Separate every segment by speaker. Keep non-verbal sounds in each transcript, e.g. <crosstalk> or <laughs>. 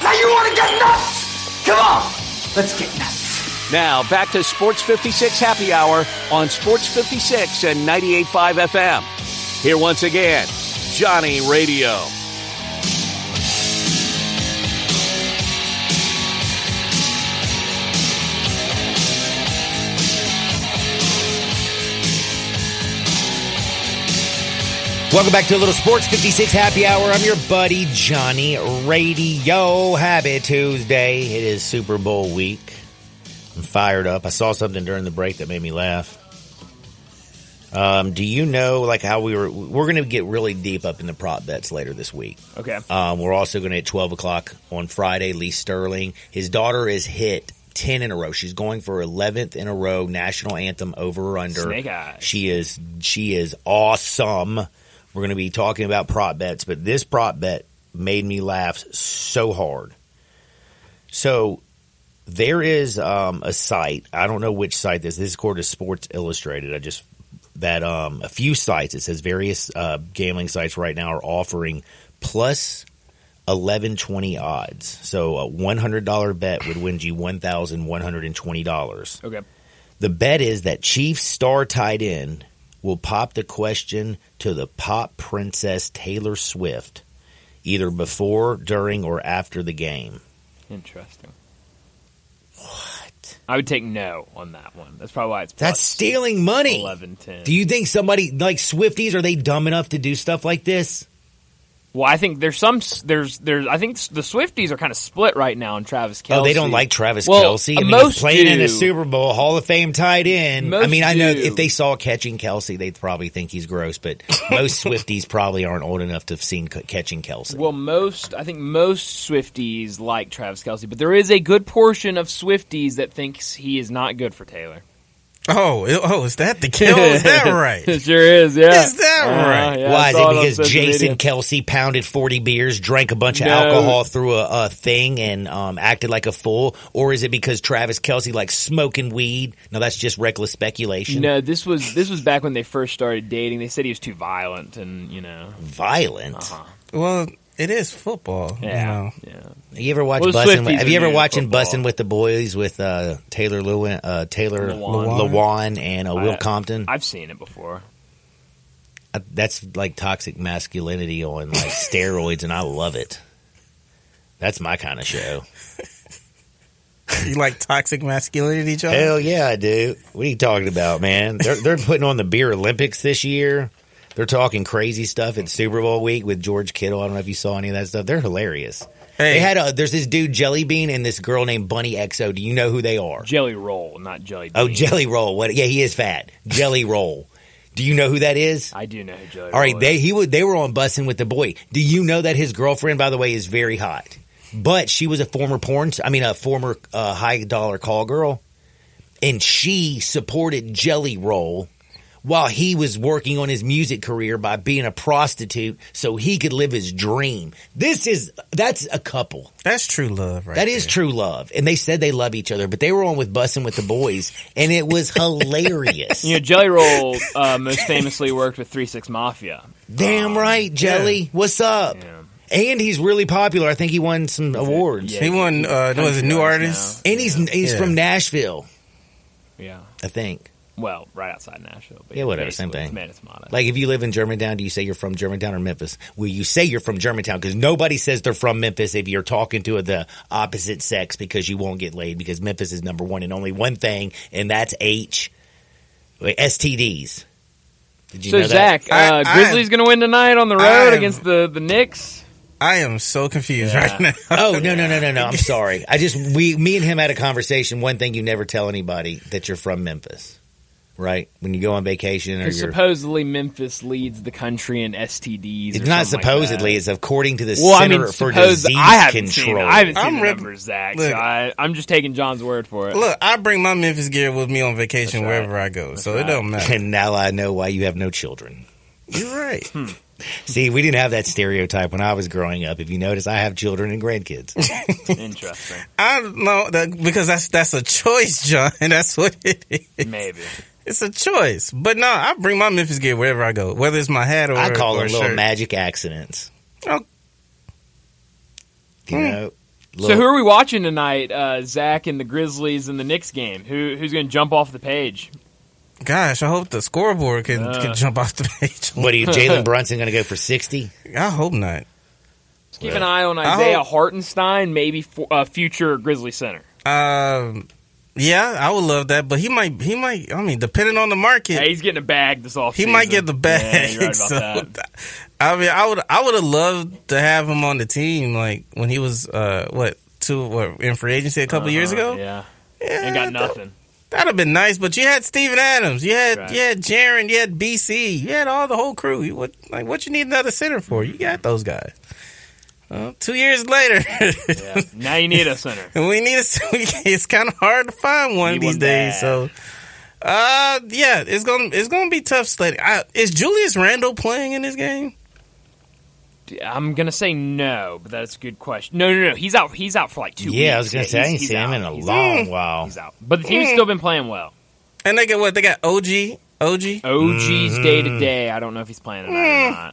Speaker 1: get nuts! Come on, let's get nuts.
Speaker 2: Now back to Sports 56 Happy Hour on Sports 56 and 98.5 FM. Here once again, Johnny Radio.
Speaker 3: Welcome back to a little Sports 56 Happy Hour. I'm your buddy Johnny Radio. Happy Tuesday. It is Super Bowl week. I'm fired up. I saw something during the break that made me laugh. Um, do you know like how we were? We're going to get really deep up in the prop bets later this week.
Speaker 4: Okay.
Speaker 3: Um, we're also going to at 12 o'clock on Friday, Lee Sterling. His daughter is hit 10 in a row. She's going for 11th in a row national anthem over or under.
Speaker 4: Snake eyes.
Speaker 3: She is, she is awesome. We're going to be talking about prop bets, but this prop bet made me laugh so hard. So there is um, a site. I don't know which site this. This is called as Sports Illustrated. I just that um, a few sites. It says various uh, gambling sites right now are offering plus eleven twenty odds. So a one hundred dollar bet would win you one thousand one hundred and twenty dollars.
Speaker 4: Okay.
Speaker 3: The bet is that Chiefs star tight end will pop the question to the pop princess Taylor Swift either before, during, or after the game.
Speaker 4: Interesting. What? I would take no on that one. That's probably why it's
Speaker 3: That's
Speaker 4: plus
Speaker 3: stealing money.
Speaker 4: 11, 10.
Speaker 3: Do you think somebody like Swifties are they dumb enough to do stuff like this?
Speaker 4: well, I think there's some s- there's there's I think s- the Swifties are kind of split right now on Travis Kelsey.
Speaker 3: Oh, they don't like Travis
Speaker 4: Well,
Speaker 5: uh,
Speaker 4: uh,
Speaker 3: Kelsey. I mean,
Speaker 4: most
Speaker 3: he's playing in
Speaker 4: do.
Speaker 3: a Super Bowl Hall of Fame tight end. I
Speaker 4: Most
Speaker 3: mean, I know
Speaker 4: do.
Speaker 3: if they saw catching Kelsey, they'd probably think he's gross.
Speaker 5: <laughs>
Speaker 3: But most Swifties probably aren't old enough to have seen c- catching Kelsey.
Speaker 4: Well, most I think most Swifties like Travis Kelsey, but there is a good portion of Swifties that thinks he is not good
Speaker 3: <laughs>
Speaker 4: for Taylor.
Speaker 5: Oh, it- oh, is that the kill? Is
Speaker 4: <laughs>
Speaker 5: that right?
Speaker 4: sure is. Yeah. Uh-huh,
Speaker 5: Is that right?
Speaker 4: yeah, I
Speaker 3: Why is
Speaker 4: saw on
Speaker 3: it? Because
Speaker 4: social
Speaker 3: Jason
Speaker 4: media.
Speaker 3: Kelsey pounded forty beers, drank a bunch of
Speaker 4: No.
Speaker 3: alcohol through a, a thing, and um, acted like a fool, or is it because Travis Kelsey likes smoking weed? No, that's just reckless speculation.
Speaker 4: No, this was this was back when they first started dating. They said he was too violent, and you know,
Speaker 3: Violent.
Speaker 4: Uh-huh.
Speaker 5: Well, it is football. you
Speaker 4: yeah,
Speaker 5: know.
Speaker 4: yeah.
Speaker 3: You ever watch
Speaker 4: Well, the
Speaker 3: Bussin'
Speaker 4: Swifties
Speaker 3: Have you
Speaker 4: are
Speaker 3: ever
Speaker 4: new to
Speaker 3: watching
Speaker 4: football.
Speaker 3: Bussin' with the Boys with uh, Taylor Lewin, uh, Taylor
Speaker 4: Lewan.
Speaker 3: Lewan, and uh, Will
Speaker 4: I-
Speaker 3: Compton?
Speaker 4: I've seen it before.
Speaker 3: Uh, that's like toxic masculinity on
Speaker 4: <laughs>
Speaker 3: like steroids, and I love it. That's my kind of show.
Speaker 5: You like toxic masculinity, John?
Speaker 3: Hell yeah, I do. What are you talking about, man? They're they're putting on the beer Olympics this year. They're talking crazy stuff at Super Bowl week with George Kittle. I don't know if you saw any of that stuff. They're hilarious.
Speaker 5: Hey.
Speaker 3: They had a there's this dude Jelly Bean and this girl named Bunny XO. Do you know who they are?
Speaker 4: Jelly roll, not jelly.
Speaker 3: Oh,
Speaker 4: bean.
Speaker 3: Jelly Roll. What? Yeah, he is fat. Jelly Roll. Do you know who that is?
Speaker 4: I do know who jelly.
Speaker 3: All right,
Speaker 4: roll
Speaker 3: they
Speaker 4: is.
Speaker 3: he would they were on busing with the boy. Do you know that his girlfriend, by the way, is very hot, but she was a former porn, I mean, a former uh, high dollar call girl, and she supported Jelly Roll while he was working on his music career by being a prostitute so he could live his dream. This is that's a couple.
Speaker 5: That's true love, right?
Speaker 3: That is true love. And they said they love each other, but they were on with busing with the boys and it was hilarious.
Speaker 4: You know,
Speaker 3: <laughs>
Speaker 4: Jelly Roll uh, most famously worked with Three Six Mafia.
Speaker 3: Damn right, Jelly. What's up?
Speaker 4: Yeah.
Speaker 3: And he's really popular. I think he won some awards.
Speaker 4: Yeah.
Speaker 5: He won. Uh, what was it new artist?
Speaker 3: And he's he's
Speaker 5: Yeah.
Speaker 3: from Nashville,
Speaker 4: Yeah,
Speaker 3: I think.
Speaker 4: well, right outside Nashville. But
Speaker 3: Yeah, whatever, same
Speaker 4: basically,
Speaker 3: thing.
Speaker 4: Man, it's modest.
Speaker 3: Like if you live in Germantown, do you say you're from Germantown or Memphis? Well, you say you're from Germantown because nobody says they're from Memphis if you're talking to the opposite sex because you won't get laid because Memphis is number one and only one thing, and that's H wait, STDs. Did you
Speaker 4: so
Speaker 3: know that?
Speaker 4: Zach,
Speaker 5: I-
Speaker 4: uh,
Speaker 5: I-
Speaker 4: Grizzlies going to win tonight on the road
Speaker 5: I'm-
Speaker 4: against the the Knicks.
Speaker 5: I am so confused right now. <laughs>
Speaker 3: Oh no no no no no! I'm sorry. I just we me and him had a conversation. One thing you never tell anybody that you're from Memphis, right? When you go on vacation or you're
Speaker 4: Supposedly, Memphis leads the country in STDs. or
Speaker 3: it's not
Speaker 4: something like
Speaker 3: supposedly.
Speaker 4: that.
Speaker 3: it's according to the
Speaker 4: Well, I
Speaker 3: Center
Speaker 4: mean,
Speaker 3: for
Speaker 4: suppose
Speaker 3: Disease
Speaker 4: I haven't seen.
Speaker 3: Control.
Speaker 4: it. I haven't seen
Speaker 5: I'm
Speaker 4: the
Speaker 5: rip-
Speaker 4: numbers, Zach.
Speaker 5: Look.
Speaker 4: so I, I'm just taking John's word for it.
Speaker 5: Look, I bring my Memphis gear with me on vacation
Speaker 4: That's right.
Speaker 5: wherever I go, so
Speaker 4: right.
Speaker 5: it don't
Speaker 3: <laughs>
Speaker 5: matter.
Speaker 3: and now I know why you have no children.
Speaker 5: You're right.
Speaker 3: See, we didn't have that stereotype when I was growing up. If you notice, I have children and grandkids.
Speaker 4: Interesting,
Speaker 5: I know that because that's that's a choice, John. <laughs> That's what it
Speaker 3: <laughs>
Speaker 5: is.
Speaker 4: maybe.
Speaker 5: It's a choice. But no, I bring my Memphis gear wherever I go, whether it's my hat or
Speaker 3: I call
Speaker 5: or
Speaker 3: her little
Speaker 4: Oh.
Speaker 5: shirt.
Speaker 3: magic accidents.
Speaker 5: Oh.
Speaker 3: You know, Look,
Speaker 4: Hmm. So who are we watching tonight? Uh, Zach and the Grizzlies and the Knicks game. Who who's going to jump off the page?
Speaker 5: Gosh, I hope the scoreboard can, can jump off the <laughs> page.
Speaker 3: what are you,
Speaker 4: <laughs>
Speaker 3: Jalen Brunson, going to go for sixty?
Speaker 5: I hope not.
Speaker 4: Just keep an eye on Isaiah
Speaker 5: hope-
Speaker 4: Hartenstein, maybe for, uh, future Grizzly center.
Speaker 5: Um, yeah, I would love that, but he might. He might. I mean, depending on the market,
Speaker 4: Yeah, he's getting a bag this offseason.
Speaker 5: he might get the bag.
Speaker 4: Yeah,
Speaker 3: <laughs>
Speaker 4: you're right about
Speaker 5: <laughs> so,
Speaker 4: that.
Speaker 5: I mean, I would. I would have loved to have him on the team, like when he was uh, what two what, in free agency a couple years ago.
Speaker 4: Uh-huh, Yeah,
Speaker 5: Yeah,
Speaker 4: and got nothing.
Speaker 5: That'd have been nice, but you had Steven Adams, you had
Speaker 4: Right.
Speaker 5: you had Jaron, you had BC, you had all the whole crew. You, what like what you need another center for? You got those guys. Well, two years later, <laughs>
Speaker 4: Yeah. now you need a <laughs> center.
Speaker 5: And <laughs> we need a, it's kind of hard to find one
Speaker 4: Need
Speaker 5: these
Speaker 4: one
Speaker 5: days.
Speaker 4: bad.
Speaker 5: So, uh, yeah, it's gonna it's gonna be tough sledding. I, is Julius Randle playing in this game?
Speaker 4: I'm gonna say no, but that's a good question. No, no, no. He's out. He's out for like two.
Speaker 3: Yeah, I was
Speaker 4: weeks.
Speaker 3: going to say I
Speaker 4: he's-
Speaker 3: ain't
Speaker 4: he's
Speaker 3: seen him
Speaker 4: out.
Speaker 3: in a
Speaker 4: He's
Speaker 3: long
Speaker 5: Mm.
Speaker 3: while.
Speaker 4: He's out, but the team's still been playing well.
Speaker 5: And they got what? They got OG, OG.
Speaker 4: OG's day
Speaker 3: Mm-hmm.
Speaker 4: to day. I don't know if he's playing
Speaker 3: Mm.
Speaker 4: tonight or not.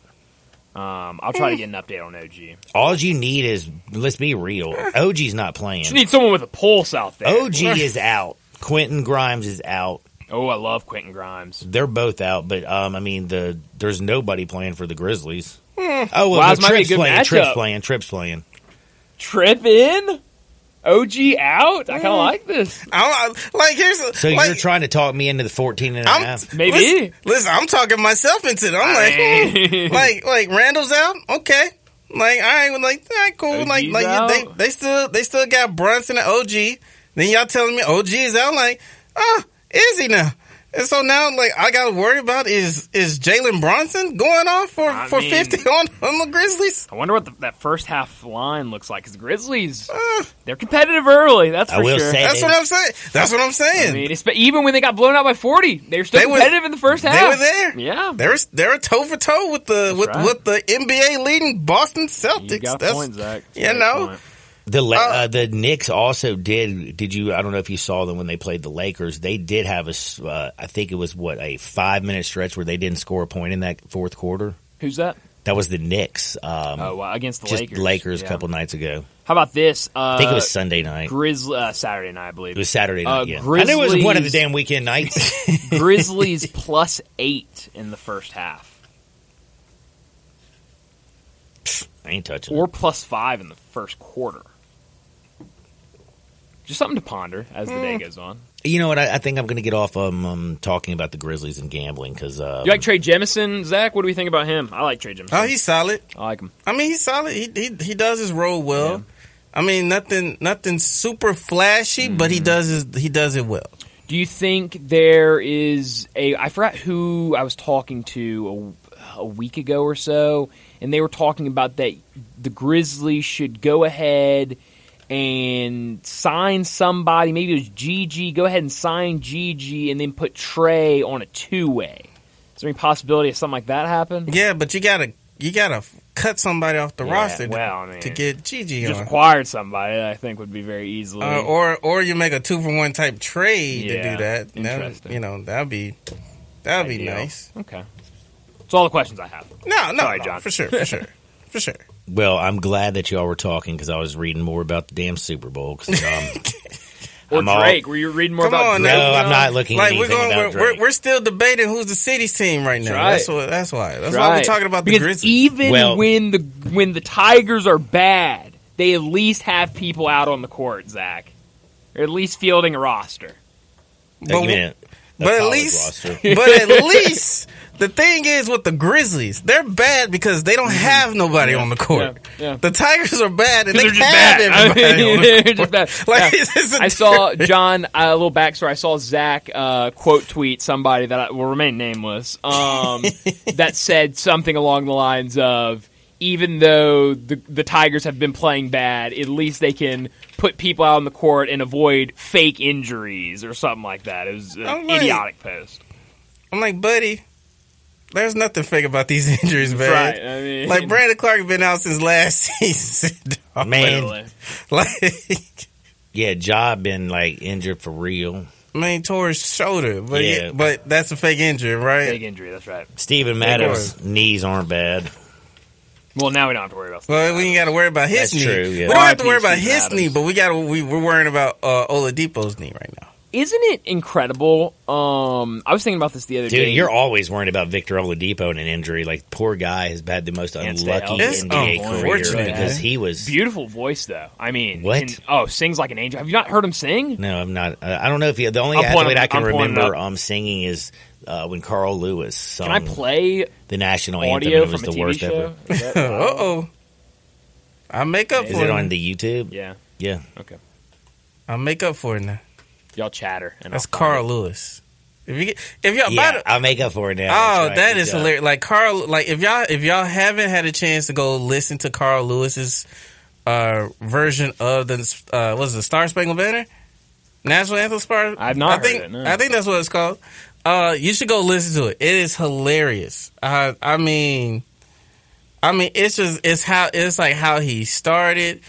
Speaker 4: Um, I'll try to get an update on OG.
Speaker 3: All you need is let's be real. OG's not
Speaker 4: <laughs>
Speaker 3: playing.
Speaker 4: Just need someone with a pulse out there.
Speaker 3: OG is out. Quentin Grimes is out.
Speaker 4: Oh, I love Quentin Grimes.
Speaker 3: They're both out, but um, I mean the there's nobody playing for the Grizzlies.
Speaker 5: Hmm.
Speaker 3: Oh well,
Speaker 4: Wow,
Speaker 3: no,
Speaker 4: this might be a
Speaker 3: Tripp's
Speaker 4: good
Speaker 3: playing. Tripp's
Speaker 4: matchup.
Speaker 3: playing. Tripp's playing.
Speaker 4: Trip in, OG out. I kind of like this.
Speaker 5: I don't, like here's a,
Speaker 3: So
Speaker 5: like,
Speaker 3: you're trying to talk me into the 14 and a
Speaker 5: I'm-
Speaker 3: half?
Speaker 4: Maybe.
Speaker 5: Listen, listen, I'm talking myself into it. I'm
Speaker 4: <laughs>
Speaker 5: like,
Speaker 4: Hey.
Speaker 5: hmm, like, like Randall's out. Okay, like, all right, well, like, all right, cool.
Speaker 4: OG's
Speaker 5: like, like
Speaker 4: out.
Speaker 5: they they still they still got Brunson and OG. Then y'all telling me OG is out. Like, ah, is he now? And so now, like, I got to worry about is is Jalen Bronson going off for
Speaker 4: I
Speaker 5: for
Speaker 4: mean-
Speaker 5: fifty on, on the Grizzlies?
Speaker 4: I wonder what the, that first half line looks like. Because
Speaker 3: <sighs>
Speaker 4: the Grizzlies,
Speaker 5: Uh,
Speaker 4: they're competitive early. That's for
Speaker 3: I will
Speaker 4: sure.
Speaker 3: say
Speaker 5: that's
Speaker 3: they,
Speaker 5: what I'm saying. That's what I'm
Speaker 4: I
Speaker 5: saying.
Speaker 4: mean, it's- but even when they got blown out by forty, they were still
Speaker 5: They were-
Speaker 4: competitive in the first half.
Speaker 5: they were there.
Speaker 4: Yeah,
Speaker 5: They're they're toe for toe with the with,
Speaker 4: right.
Speaker 5: with the NBA leading Boston Celtics.
Speaker 4: you got
Speaker 5: That's-
Speaker 4: points, Zach.
Speaker 5: you
Speaker 4: Great
Speaker 5: know,
Speaker 4: point.
Speaker 3: the La-
Speaker 5: Uh,
Speaker 3: uh, the Knicks also did. Did you? I don't know if you saw them when they played the Lakers. They did have a. s- Uh, I think it was what a five minute stretch where they didn't score a point in that fourth quarter.
Speaker 4: who's that?
Speaker 3: That was the Knicks. Um,
Speaker 4: Oh, wow, against the
Speaker 3: just
Speaker 4: Lakers.
Speaker 3: Lakers,
Speaker 4: Yeah.
Speaker 3: a couple nights ago.
Speaker 4: How about this? Uh,
Speaker 3: I think it was Sunday night.
Speaker 4: Grizzly uh, Saturday night, I believe.
Speaker 3: It was Saturday
Speaker 4: Uh,
Speaker 3: night. yeah, I knew it was one of the
Speaker 4: Grizzlies-
Speaker 3: damn weekend nights. <laughs>
Speaker 4: Grizzlies <laughs> plus eight in the first half,
Speaker 3: I ain't
Speaker 4: <laughs>
Speaker 3: touching.
Speaker 4: or plus five in the first quarter. Just something to ponder as the day goes on.
Speaker 3: it. You know what? I, I think I'm going to get off um, um, talking about the Grizzlies and gambling because uh,
Speaker 4: You like Trey Jemison, Zach? What do we think about him? I like Trey Jemison.
Speaker 5: Oh, he's solid.
Speaker 4: I like him.
Speaker 5: I mean, he's solid. He he, he does his role well. I mean, nothing nothing super flashy, but
Speaker 4: Mm-hmm.
Speaker 5: he does his, he does it well.
Speaker 4: Do you think there is a? I forgot who I was talking to a, a week ago or so, and they were talking about that the Grizzlies should go ahead and sign somebody. Maybe it was Gigi. Go ahead and sign Gigi, and then put Trey on a two way. Is there any possibility of something like that happen?
Speaker 5: Yeah, but you gotta you gotta cut somebody off the
Speaker 4: Yeah,
Speaker 5: roster to,
Speaker 4: well, I mean,
Speaker 5: to get Gigi
Speaker 4: You just
Speaker 5: on,
Speaker 4: acquired somebody. that I think would be very easily.
Speaker 5: Uh, or or you make a two for one type trade to
Speaker 4: Yeah,
Speaker 5: do that. that.
Speaker 4: interesting.
Speaker 5: You know that'd be that'd be
Speaker 4: Ideal.
Speaker 5: nice.
Speaker 4: okay, that's all the questions I have.
Speaker 5: No, no,
Speaker 4: Sorry,
Speaker 5: no,
Speaker 4: John.
Speaker 5: for sure,
Speaker 4: <laughs>
Speaker 5: for sure, for sure.
Speaker 3: Well, I'm glad that y'all were talking because I was reading more about the damn Super Bowl.
Speaker 4: <laughs>
Speaker 3: 'cause, um,
Speaker 4: Or
Speaker 3: I'm all-
Speaker 4: Drake, were you reading more
Speaker 5: Come
Speaker 4: about
Speaker 5: on
Speaker 4: Drake?
Speaker 5: now.
Speaker 3: no, I'm
Speaker 4: now?
Speaker 3: not looking at
Speaker 5: Like we're
Speaker 3: anything
Speaker 5: going,
Speaker 3: about
Speaker 5: we're, we're
Speaker 3: Drake.
Speaker 5: we're still debating who's the city's team right now.
Speaker 4: right.
Speaker 5: That's what. That's why. That's why we're
Speaker 4: Right.
Speaker 5: talking about the
Speaker 4: because
Speaker 5: Grizzlies.
Speaker 4: Even
Speaker 3: Well-
Speaker 4: when the when the Tigers are bad, they at least have people out on the court, Zach. Or at least fielding a roster.
Speaker 3: Wait a
Speaker 5: but-
Speaker 3: minute. A
Speaker 5: But at
Speaker 3: college
Speaker 5: least,
Speaker 3: roster.
Speaker 5: <laughs> but
Speaker 4: <laughs>
Speaker 5: at least the thing is with the Grizzlies, they're bad because they don't have nobody on the court.
Speaker 4: Mm-hmm. yeah, yeah.
Speaker 5: The Tigers are bad and they
Speaker 4: They're
Speaker 5: have
Speaker 4: just bad. <laughs> I
Speaker 5: everybody.
Speaker 4: mean,
Speaker 5: on the
Speaker 4: they're just
Speaker 5: court.
Speaker 4: bad. <laughs>
Speaker 5: <laughs> Like
Speaker 4: Yeah.
Speaker 5: it's, it's a
Speaker 4: I saw John uh, a little backstory. I saw Zach uh, quote tweet somebody that I, will remain nameless
Speaker 5: <laughs>
Speaker 4: um, that said something along the lines of, "Even though the the Tigers have been playing bad, at least they can put people out on the court and avoid fake injuries or something like that." It was an
Speaker 5: I'm like-
Speaker 4: idiotic post.
Speaker 5: <laughs> I'm like, buddy, there's nothing fake about these <laughs> injuries, man.
Speaker 4: Right. I mean, <laughs>
Speaker 5: Like Brandon Clark been out since last <laughs> season. dog.
Speaker 3: man,
Speaker 4: literally.
Speaker 5: like, <laughs>
Speaker 3: yeah, Ja been like injured for real.
Speaker 5: man tore his shoulder, but
Speaker 3: Yeah.
Speaker 5: yeah, but that's a fake injury, right?
Speaker 4: Big injury. That's right.
Speaker 3: Steven Matto's knees aren't bad.
Speaker 4: Well, now we don't have to worry about.
Speaker 5: Well, we ain't got to worry about his
Speaker 3: That's
Speaker 5: knee.
Speaker 3: true, yeah.
Speaker 5: We don't have to
Speaker 4: RIP
Speaker 5: worry about
Speaker 4: Steven
Speaker 5: his
Speaker 4: Adams.
Speaker 5: knee, but we got to we, we're worrying about uh, Oladipo's knee right now.
Speaker 4: Isn't it incredible? Um, I was thinking about this the other day.
Speaker 3: Dude, you're always worried about Victor Oladipo and an injury. Like, poor guy has had the most
Speaker 4: Can't stay
Speaker 3: unlucky
Speaker 4: healthy.
Speaker 5: It's
Speaker 3: NBA career
Speaker 5: unfortunate,
Speaker 3: because
Speaker 5: man.
Speaker 3: he was.
Speaker 4: beautiful voice though. I mean,
Speaker 3: What?
Speaker 4: and- oh, sings like an angel. Have you not heard him sing?
Speaker 3: No, I'm not. I I don't know if he, the only
Speaker 4: I'm
Speaker 3: athlete
Speaker 4: pulling-
Speaker 3: I can
Speaker 4: I'm pulling it
Speaker 3: remember
Speaker 4: up.
Speaker 3: um, singing is uh, when Carl Lewis sung
Speaker 4: Can I play
Speaker 3: the national anthem.
Speaker 4: audio
Speaker 3: And Oh, it
Speaker 4: from
Speaker 3: was
Speaker 4: a
Speaker 3: the
Speaker 4: TV
Speaker 3: worst
Speaker 4: show?
Speaker 3: ever.
Speaker 4: Is
Speaker 3: <laughs>
Speaker 4: that-
Speaker 5: Uh oh. I make up
Speaker 3: Is
Speaker 5: for
Speaker 3: it
Speaker 5: it.
Speaker 3: on the YouTube?
Speaker 4: yeah.
Speaker 3: Yeah.
Speaker 4: Okay.
Speaker 5: I make up for it now.
Speaker 4: Y'all chatter. And
Speaker 5: That's
Speaker 4: I'll find
Speaker 5: Carl Lewis. If you get, if
Speaker 4: Oh,
Speaker 5: y'all
Speaker 3: Yeah,
Speaker 5: by the,
Speaker 3: I'll make up for it now.
Speaker 5: oh,
Speaker 3: That's right.
Speaker 5: that
Speaker 3: Good
Speaker 5: is
Speaker 3: job.
Speaker 5: hilarious. Like Carl, like if y'all if y'all haven't had a chance to go listen to Carl Lewis's uh, version of the uh, was the Star Spangled Banner national anthem. Star,
Speaker 4: I've not
Speaker 5: I
Speaker 4: heard
Speaker 5: think
Speaker 4: it, no.
Speaker 5: I think that's what it's called. Uh, you should go listen to it. It is hilarious. I I mean, I mean, it's just it's how it's like how he started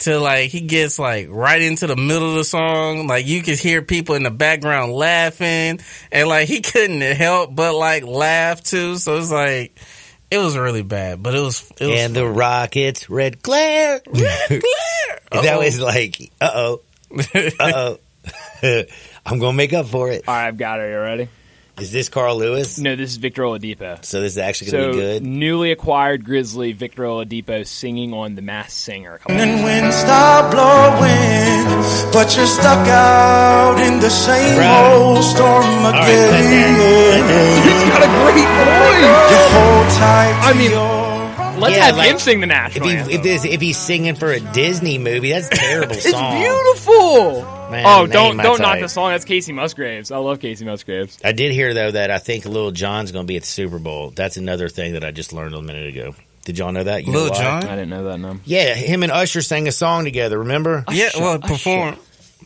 Speaker 5: to like he gets like right into the middle of the song. Like you could hear people in the background laughing, and like he couldn't help but like laugh too. So it's like it was really bad, but it was it was
Speaker 3: And the Rockets, red glare.
Speaker 4: <laughs>
Speaker 3: that
Speaker 5: Uh-oh.
Speaker 3: was like, uh oh, uh oh. <laughs> I'm gonna make up for it.
Speaker 4: it. All right, I've got it. You ready?
Speaker 3: Is this Carl Lewis?
Speaker 4: No, this is Victor Oladipo.
Speaker 3: So this is actually gonna
Speaker 4: So
Speaker 3: be good.
Speaker 4: newly acquired Grizzly Victor Oladipo singing on The Mass Singer. a couple
Speaker 3: <laughs>
Speaker 6: And when stop blowing, but you're stuck out in the same
Speaker 3: Right.
Speaker 6: old storm
Speaker 3: All right, cut
Speaker 6: again.
Speaker 3: that. Cut that.
Speaker 6: You hold tight. I mean,
Speaker 4: Let's
Speaker 3: Yeah,
Speaker 4: have
Speaker 3: like,
Speaker 4: him sing the
Speaker 3: If,
Speaker 4: national
Speaker 3: he,
Speaker 4: anthem.
Speaker 3: if, this, if he's singing for a Disney movie, that's a terrible
Speaker 4: it's
Speaker 3: song.
Speaker 4: beautiful.
Speaker 3: Man,
Speaker 4: oh,
Speaker 3: that
Speaker 4: don't
Speaker 3: ain't my
Speaker 4: don't knock
Speaker 3: type.
Speaker 4: the song. That's Casey Musgraves. I love Casey Musgraves.
Speaker 3: I did hear though that I think Lil John's going to be at the Super Bowl. That's another thing that I just learned a minute ago. Did y'all know that? You know
Speaker 5: Lil
Speaker 3: why?
Speaker 5: Jon?
Speaker 4: I didn't know that. No.
Speaker 3: Yeah, him and Usher sang a song together. Remember?
Speaker 5: Yeah, well, perform,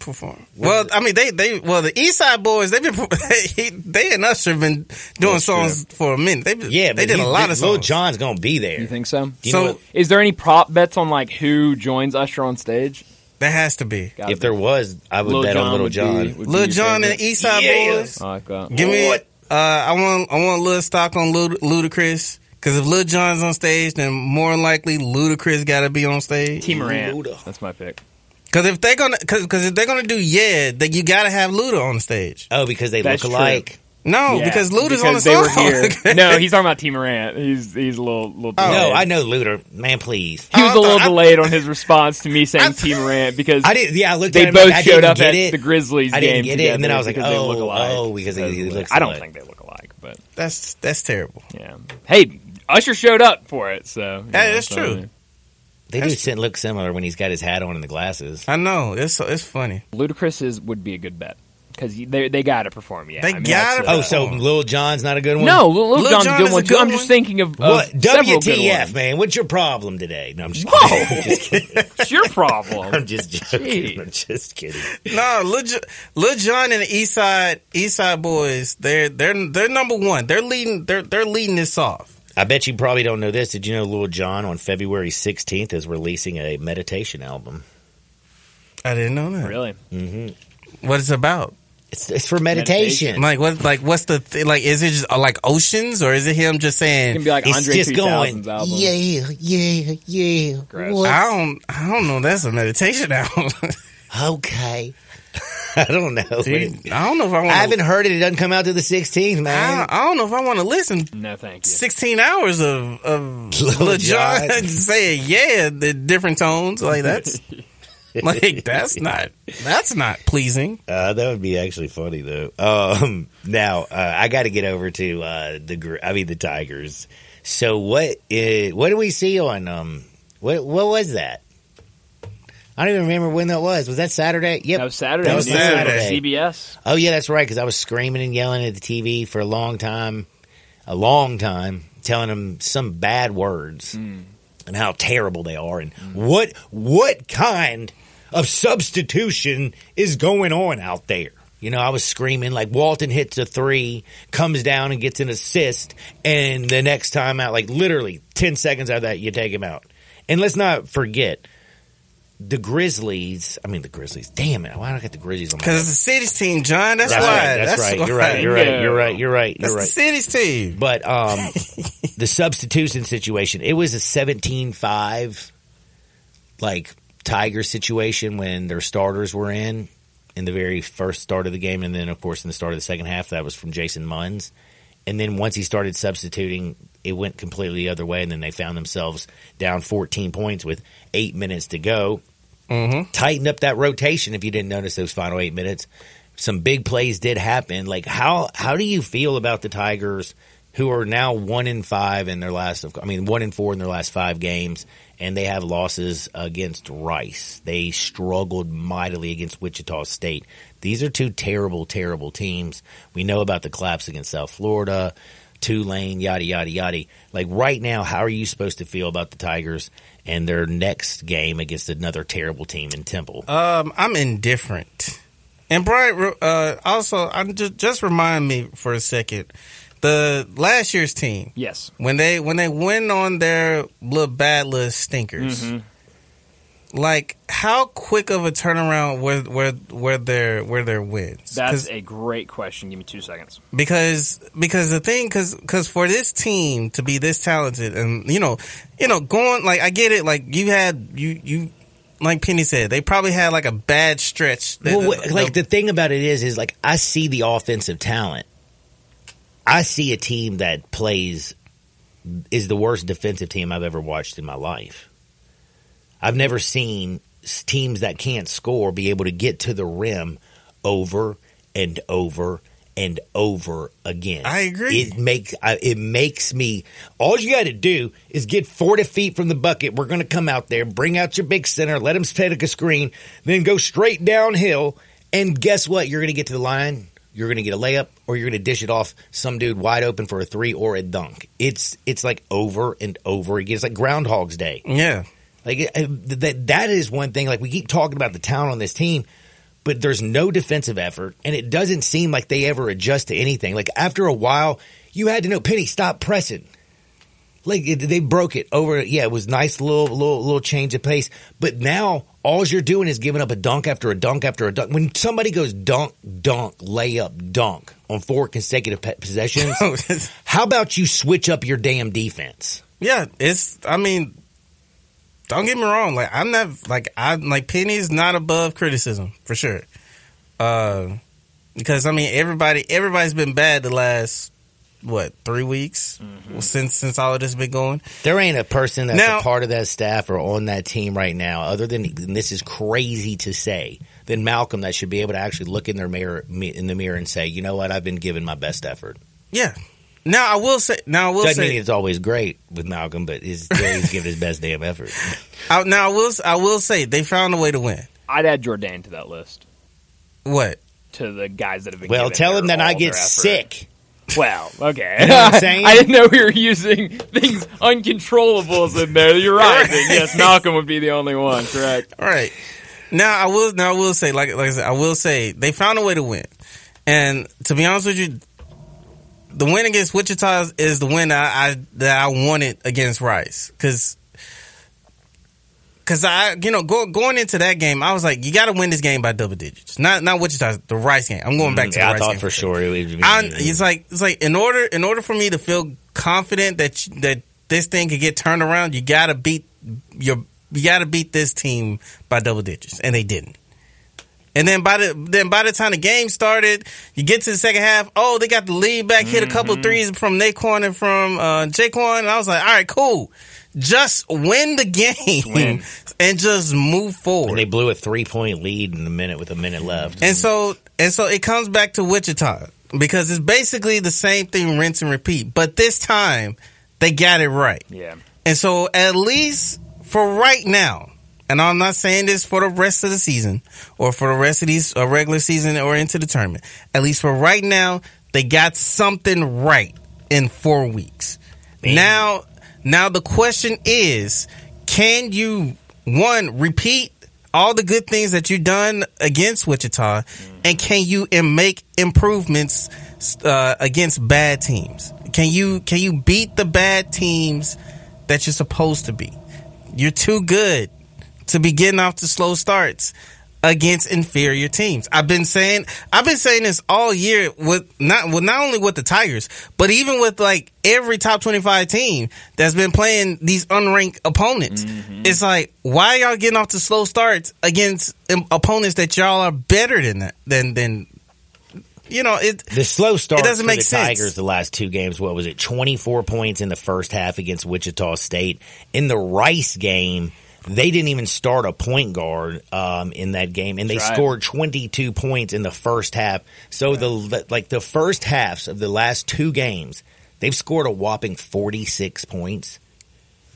Speaker 5: perform. Well, I mean, they they well the East Side Boys they've been <laughs> he- they and Usher have been doing
Speaker 3: That's
Speaker 5: songs for a minute. They
Speaker 3: Yeah,
Speaker 5: they
Speaker 3: but
Speaker 5: did
Speaker 3: he-
Speaker 5: a lot of
Speaker 3: Lil
Speaker 5: songs.
Speaker 3: John's going to be there.
Speaker 4: You think so?
Speaker 3: Do you
Speaker 5: So-
Speaker 3: know what-
Speaker 4: Is there any prop bets on like who joins Usher on stage?
Speaker 5: That has to be
Speaker 4: Gotta
Speaker 3: if
Speaker 4: be.
Speaker 3: there was, I would bet on Little
Speaker 4: would be-
Speaker 3: John.
Speaker 4: would be
Speaker 5: Lil
Speaker 4: your
Speaker 5: John and
Speaker 4: favorite.
Speaker 5: the East Side
Speaker 3: Yeah.
Speaker 5: Boys.
Speaker 4: I like that.
Speaker 5: Give me.
Speaker 3: Uh, What?
Speaker 5: Uh, I want I want a little stock on Lud- Ludacris because if Lil Jon's on stage, then more than likely Ludacris got to be on stage.
Speaker 4: T Moran.
Speaker 3: Luda.
Speaker 4: That's my pick.
Speaker 5: Because if they're gonna because if they're gonna do yeah, then you got to have Luda on stage.
Speaker 3: Oh, because they
Speaker 4: That's
Speaker 3: look alike. Oh,
Speaker 5: No,
Speaker 4: Yeah,
Speaker 5: because Luda's
Speaker 4: because
Speaker 5: on the
Speaker 4: they were
Speaker 5: <laughs> song.
Speaker 3: <laughs>
Speaker 4: here. no, he's talking about T Moran. He's he's a little little.
Speaker 3: No, Oh,
Speaker 4: delayed.
Speaker 3: I know Luda. Man, please.
Speaker 4: He was
Speaker 5: I-
Speaker 4: a little
Speaker 5: I-
Speaker 4: delayed on his response to me saying
Speaker 5: I-
Speaker 4: T Moran because
Speaker 3: I didn't. Yeah, I looked
Speaker 4: they
Speaker 3: at him.
Speaker 4: both
Speaker 3: I
Speaker 4: showed
Speaker 3: didn't
Speaker 4: up
Speaker 3: get
Speaker 4: at
Speaker 3: it.
Speaker 4: the Grizzlies
Speaker 3: I didn't
Speaker 4: game
Speaker 3: get it,
Speaker 4: together
Speaker 3: and then I was like,
Speaker 4: because they
Speaker 3: oh,
Speaker 4: look alike.
Speaker 3: oh, because he- he looks
Speaker 4: I don't
Speaker 3: alike.
Speaker 4: think they look alike, but
Speaker 5: That's that's terrible.
Speaker 4: yeah. Hey, Usher showed up for it, so
Speaker 5: Hey, that's
Speaker 4: so,
Speaker 5: true.
Speaker 3: They do sit- look similar when he's got his hat on and the glasses.
Speaker 5: I know it's so it's funny.
Speaker 4: Ludacris is, would be a good bet because they they got to perform. Yeah,
Speaker 5: They
Speaker 4: I mean,
Speaker 5: gotta
Speaker 4: that's,
Speaker 3: Oh,
Speaker 4: uh,
Speaker 3: so Lil John's not a good one.
Speaker 4: no, Lil, Lil
Speaker 5: Lil
Speaker 4: Jon's
Speaker 5: Jon
Speaker 4: a
Speaker 5: is
Speaker 4: good
Speaker 5: a
Speaker 4: one too.
Speaker 5: good
Speaker 4: I'm just
Speaker 5: one.
Speaker 4: thinking of, of
Speaker 3: What?
Speaker 4: several good
Speaker 3: WTF,
Speaker 4: ones.
Speaker 3: man? What's your problem today? No, I'm just kidding. <laughs>
Speaker 4: Whoa, it's your problem.
Speaker 3: I'm just joking.
Speaker 4: Jeez.
Speaker 3: I'm just kidding.
Speaker 5: No, Lil, Jo- Lil Jon and the East Side East Side Boys, they're they're they're number one. They're leading they're they're leading this off.
Speaker 3: I bet you probably don't know this. Did you know Lil Jon on February 16th is releasing a meditation album?
Speaker 5: I didn't know that.
Speaker 4: Really?
Speaker 5: What it's about?
Speaker 3: It's, it's for meditation.
Speaker 5: Like what? Like what's the th- like? Is it just uh, like oceans or is it him just
Speaker 4: It can
Speaker 5: saying?
Speaker 4: be like
Speaker 3: It's
Speaker 4: Andre
Speaker 3: just
Speaker 4: 3000's
Speaker 3: going,
Speaker 4: album.
Speaker 3: yeah, yeah, yeah.
Speaker 4: Gross.
Speaker 3: What?
Speaker 5: I don't. I don't know. That's a meditation <laughs> album.
Speaker 3: <laughs> Okay. <laughs> I don't know.
Speaker 5: Dude, I don't know if I want.
Speaker 3: I haven't heard it. It doesn't come out to the 16th,
Speaker 5: I,
Speaker 3: man.
Speaker 5: I don't know if I want to listen
Speaker 4: No, thank you.
Speaker 5: sixteen hours of
Speaker 3: <laughs>
Speaker 5: of
Speaker 3: Lil
Speaker 5: Lil Jon
Speaker 3: Jon.
Speaker 5: <laughs> saying yeah, the different tones.
Speaker 3: <laughs>
Speaker 5: Like that's like that's not that's not pleasing.
Speaker 3: Uh, that would be actually funny though. Um, <laughs> now uh, I got to get over to uh, the gr- I mean the Tigers. So what? i- what do we see on um? What what was that? I don't even remember when that was. Was that Saturday? Yep.
Speaker 4: That was Saturday.
Speaker 3: That was
Speaker 4: yeah.
Speaker 3: Saturday.
Speaker 4: CBS.
Speaker 3: oh yeah, that's right. Because I was screaming and yelling at the TV for a long time, a long time, telling them some bad words and how terrible they are, and what what kind of substitution is going on out there. You know, I was screaming like Walton hits a three, comes down and gets an assist, and the next time out, like literally ten seconds out of that, you take him out. And let's not forget, the Grizzlies. I mean, the Grizzlies. Damn it! Why do I got the Grizzlies on my?
Speaker 5: Because it's the city's team, John. That's,
Speaker 3: That's
Speaker 5: why.
Speaker 3: right. That's, right.
Speaker 5: why.
Speaker 3: You're right. You're right. You're right. You're right.
Speaker 5: That's
Speaker 3: You're
Speaker 5: the
Speaker 3: right.
Speaker 5: city's team.
Speaker 3: But <laughs> um, the substitution situation, it was a 17-5 like Tiger situation when their starters were in in the very first start of the game, and then of course in the start of the second half, that was from Jason Munns. And then once he started substituting, it went completely the other way, and then they found themselves down 14 points with eight minutes to go. Mm-hmm. Tightened up that rotation. If you didn't notice those final eight minutes, some big plays did happen. Like how how do you feel about the Tigers who are now one in five in their last of I mean one in four in their last five games and they have losses against Rice. They struggled mightily against Wichita State. These are two terrible, terrible teams. We know about the collapse against South Florida, Tulane, yada yada yada. Like right now, how are you supposed to feel about the Tigers and their next game against another terrible team in Temple?
Speaker 5: Um, I'm indifferent. And Brian, uh, also, I'm just just remind me for a second, the last year's team
Speaker 4: Yes.
Speaker 5: when they when they went on their little bad little stinkers. Like how quick of a turnaround were were were their were their wins? 'Cause-
Speaker 4: That's a great question. Give me two seconds.
Speaker 5: because because the thing because because for this team to be this talented and you know you know going like I get it like you had you you like Penny said they probably had like a bad stretch. that-
Speaker 3: well, what- like the thing about it is, is like I see the offensive talent. I see a team that plays is the worst defensive team I've ever watched in my life. I've never seen s- teams that can't score be able to get to the rim over and over and over again.
Speaker 5: I agree.
Speaker 3: It makes I, it makes me. All you got to do is get forty feet from the bucket. We're going to come out there, bring out your big center, let them take a screen, then go straight downhill. And guess what? You're going to get to the line. You're going to get a layup, or you're going to dish it off some dude wide open for a three or a dunk. It's it's like over and over again. It's like Groundhog's Day.
Speaker 5: yeah. <laughs>
Speaker 3: Like it- it- that that is one thing. Like we keep talking about the talent on this team, but there's no defensive effort, and it doesn't seem like they ever adjust to anything. Like after a while, you had to know Penny stop pressing. Like it, they broke it over. Yeah, it was nice little little little change of pace, but now all you're doing is giving up a dunk after a dunk after a dunk. When somebody goes dunk dunk layup dunk on four consecutive pe- possessions,
Speaker 5: Oh,
Speaker 3: how about you switch up your damn defense?
Speaker 5: Yeah, it's. I mean, don't get me wrong. Like I'm not like I'm like Penny's not above criticism for sure. Uh, because I mean everybody everybody's been bad the last what three weeks since since all of this been going.
Speaker 3: There ain't a person that's
Speaker 5: Now-
Speaker 3: a part of that staff or on that team right now, other than and this is crazy to say, than Malcolm that should be able to actually look in their mirror me- in the mirror and say, you know what, I've been giving my best effort.
Speaker 5: Yeah. Now I will say. Now I will
Speaker 3: Doesn't
Speaker 5: say.
Speaker 3: mean it's always great with Malcolm, but
Speaker 4: <laughs>
Speaker 3: he's, he's giving his best damn effort.
Speaker 5: I, now I will. s- I will say they found a way to win.
Speaker 4: I'd add Jordan to that list.
Speaker 5: What?
Speaker 4: To the guys that have been.
Speaker 3: Well,
Speaker 4: given
Speaker 3: tell
Speaker 4: their-
Speaker 3: him that I
Speaker 4: all their
Speaker 3: get
Speaker 4: effort.
Speaker 3: sick.
Speaker 4: Well, okay.
Speaker 3: know
Speaker 4: <laughs>
Speaker 3: what I'm saying?
Speaker 4: I didn't know we were using things uncontrollables in there.
Speaker 3: <laughs>
Speaker 4: You're right. But yes, Malcolm would be the only one. Correct.
Speaker 5: All right. Now I will. Now I will say. Like like I said, I will say they found a way to win. And to be honest with you, the win against Wichita is the win I, I that I wanted against Rice because. Cause I, you know, go, going into that game, I was like, you got to win this game by double digits. Not, not Wichita, the Rice game. I'm going back to the
Speaker 3: Mm, Yeah, I
Speaker 5: Rice
Speaker 3: thought
Speaker 5: game
Speaker 3: for sure it would be.
Speaker 5: I, it's like it's like in order in order for me to feel confident that you, that this thing could get turned around, you gotta beat your you gotta beat this team by double digits, and they didn't. And then by the then by the time the game started, you get to the second half. Oh, they got the lead back, hit a couple
Speaker 3: Mm-hmm.
Speaker 5: of threes from Naquan and from uh, Jaquan, and I was like, all right, cool. Just win the <laughs> game
Speaker 4: win.
Speaker 5: and just move forward.
Speaker 3: and they blew a three point lead in a minute with a minute left.
Speaker 5: And so and so it comes back to Wichita because it's basically the same thing rinse and repeat. But this time they got it right.
Speaker 4: Yeah.
Speaker 5: And so at least for right now, and I'm not saying this for the rest of the season or for the rest of these uh, regular season or into the tournament. At least for right now, they got something right in 4 weeks. Now now the question is, can you one repeat all the good things that you've done against Wichita, and can you and make improvements uh, against bad teams? Can you can you beat the bad teams that you're supposed to be? You're too good to be getting off to slow starts against inferior teams. I've been saying I've been saying this all year with not with not only with the Tigers, but even with like every top 25 team that's been playing these unranked opponents. It's like why y'all getting off to slow starts against um, opponents that y'all are better than that than than you know, it
Speaker 3: The slow start
Speaker 5: It doesn't
Speaker 3: for
Speaker 5: make
Speaker 3: the
Speaker 5: sense.
Speaker 3: Tigers the last two games. What was it? Twenty four points in the first half against Wichita State. In the Rice game, they didn't even start a point guard um, in that game, and they
Speaker 4: That's right.
Speaker 3: scored twenty two points in the first half. So the like the first halves of the last two games, they've scored a whopping forty six points.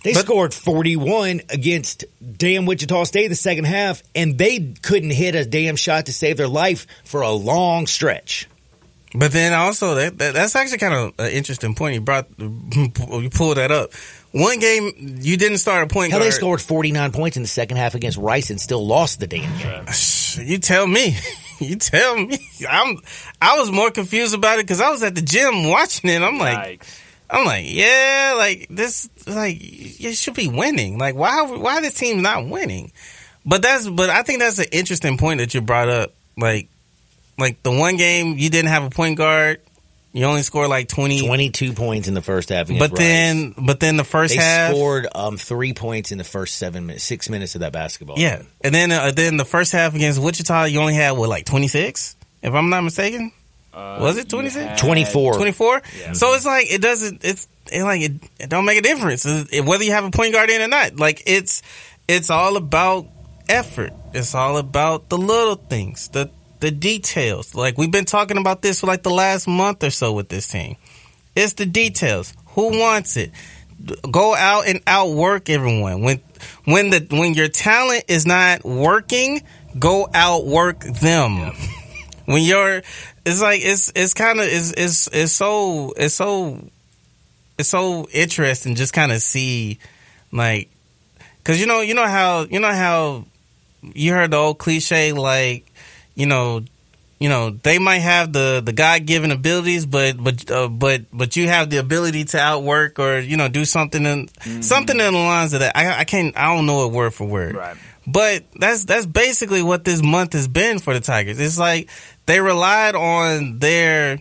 Speaker 3: They scored 41 against damn Wichita State the second half, and they couldn't hit a damn shot to save their life for a long stretch.
Speaker 5: But then also that, that that's actually kind of an interesting point. You brought <laughs> you pulled that up. One game you didn't start a point
Speaker 3: Hell, they
Speaker 5: guard.
Speaker 3: scored 49 points in the second half against Rice and still lost the damn game.
Speaker 5: <laughs> You tell me. <laughs> You tell me. I'm I was more confused about it because I was at the gym watching it. I'm like
Speaker 4: Yikes.
Speaker 5: I'm like yeah like this like you should be winning. Like why why this team not winning? But that's but I think that's an interesting point that you brought up. Like like the one game you didn't have a point guard. You only scored like 20
Speaker 3: 22 points in the first half against
Speaker 5: But
Speaker 3: Rice.
Speaker 5: then, but then the first
Speaker 3: they
Speaker 5: half,
Speaker 3: scored um, three points in the first seven minutes, six minutes of that basketball.
Speaker 5: yeah, and then uh, then the first half against Wichita, you only had what like twenty six, if I'm not mistaken,
Speaker 4: Uh,
Speaker 5: Was it
Speaker 4: you
Speaker 5: 26?
Speaker 4: had-
Speaker 3: 24.
Speaker 5: twenty four.
Speaker 4: Yeah.
Speaker 5: So it's like it doesn't, it's it like it, it don't make a difference It- it- whether you have a point guard in or not. Like it's it's all about effort. It's all about the little things, the the details. Like we've been talking about this for like the last month or so with this team. It's the details. Who wants it? go out and outwork everyone. When when the when your talent is not working, go outwork them. When you're it's like it's it's kind of it's, it's it's so it's so it's so interesting just kind of see like cuz you know you know how you know how you heard the old cliche like you know you know they might have the the God given abilities, but but uh, but but you have the ability to outwork or you know do something in something in the lines of that. I, I can't I don't know it word for word,
Speaker 4: Right.
Speaker 5: but that's that's basically what this month has been for the Tigers. It's like they relied on their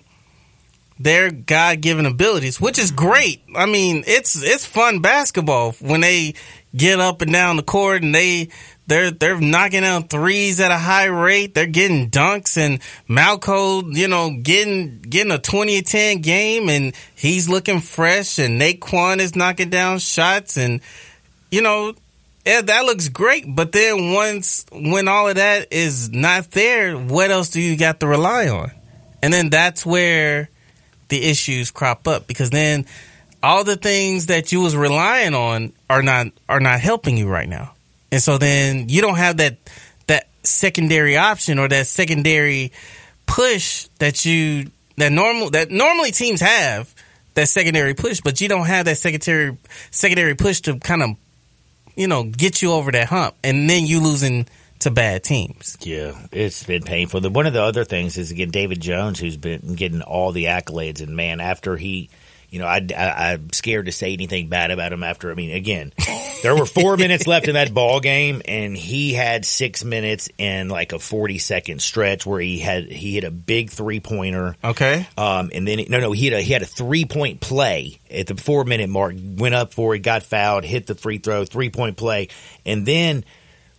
Speaker 5: their God given abilities, which is great. I mean, it's it's fun basketball when they get up and down the court and they they're they're knocking down threes at a high rate. They're getting dunks and Malco, you know, getting getting a 20-10 game and he's looking fresh and Naquan is knocking down shots and you know, yeah, that looks great, but then once when all of that is not there, what else do you got to rely on? And then that's where the issues crop up because then all the things that you was relying on are not are not helping you right now. And so then you don't have that that secondary option or that secondary push that you that normal that normally teams have that secondary push, but you don't have that secondary secondary push to kind of you know get you over that hump, and then you losing to bad teams.
Speaker 3: Yeah, it's been painful. The, one of the other things is again David Jones, who's been getting all the accolades, and man, after he, you know, I, I I'm scared to say anything bad about him. After I mean, again, there were four minutes left in that ball game, and he had six minutes in like a 40 second stretch where he had he hit a big three pointer.
Speaker 5: Okay,
Speaker 3: Um, and then no, no, he had a, he had a three point play at the four minute mark. Went up for it, got fouled, hit the free throw, three point play, and then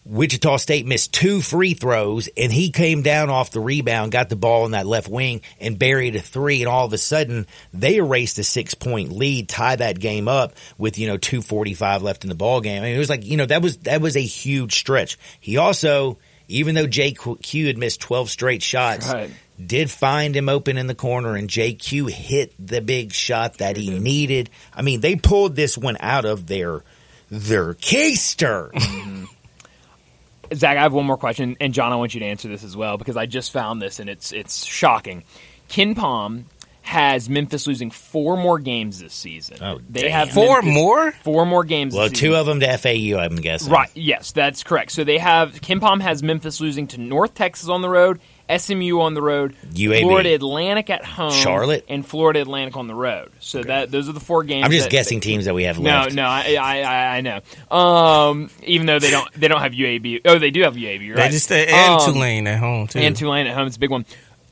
Speaker 3: Wichita State missed two free throws, and he came down off the rebound, got the ball in that left wing, and buried a three. And all of a sudden, they erased a six point lead, tie that game up with you know two forty five left in the ball game. I mean, it was like you know that was that was a huge stretch. He also, even though JQ had missed twelve straight shots,
Speaker 4: Right.
Speaker 3: did find him open in the corner, and JQ hit the big shot that he needed. I mean, they pulled this one out of their their keister.
Speaker 4: Zach, I have one more question, and John, I want you to answer this as well because I just found this and it's it's shocking. Ken Palm has Memphis losing four more games this season.
Speaker 3: Oh,
Speaker 4: they
Speaker 3: damn.
Speaker 4: have
Speaker 5: four
Speaker 4: Memphis-
Speaker 5: more.
Speaker 4: Four more games.
Speaker 3: Well,
Speaker 4: this
Speaker 3: two
Speaker 4: season.
Speaker 3: of them to FAU, I'm guessing.
Speaker 4: Right. Yes, that's correct. So they have Ken Palm has Memphis losing to North Texas on the road SMU on the road,
Speaker 3: UAB.
Speaker 4: Florida Atlantic at home,
Speaker 3: Charlotte.
Speaker 4: and Florida Atlantic on the road. So that those are the four games.
Speaker 3: I'm just
Speaker 4: that-
Speaker 3: guessing teams that we have
Speaker 4: No,
Speaker 3: left.
Speaker 4: no, I, I, I, I know. Um, even though they don't, they don't have UAB. Oh, they do have UAB. You're
Speaker 5: They
Speaker 4: right.
Speaker 5: just and um,
Speaker 4: Um,
Speaker 5: Tulane at home too.
Speaker 3: Hmm.
Speaker 4: and Tulane at home. It's a big one.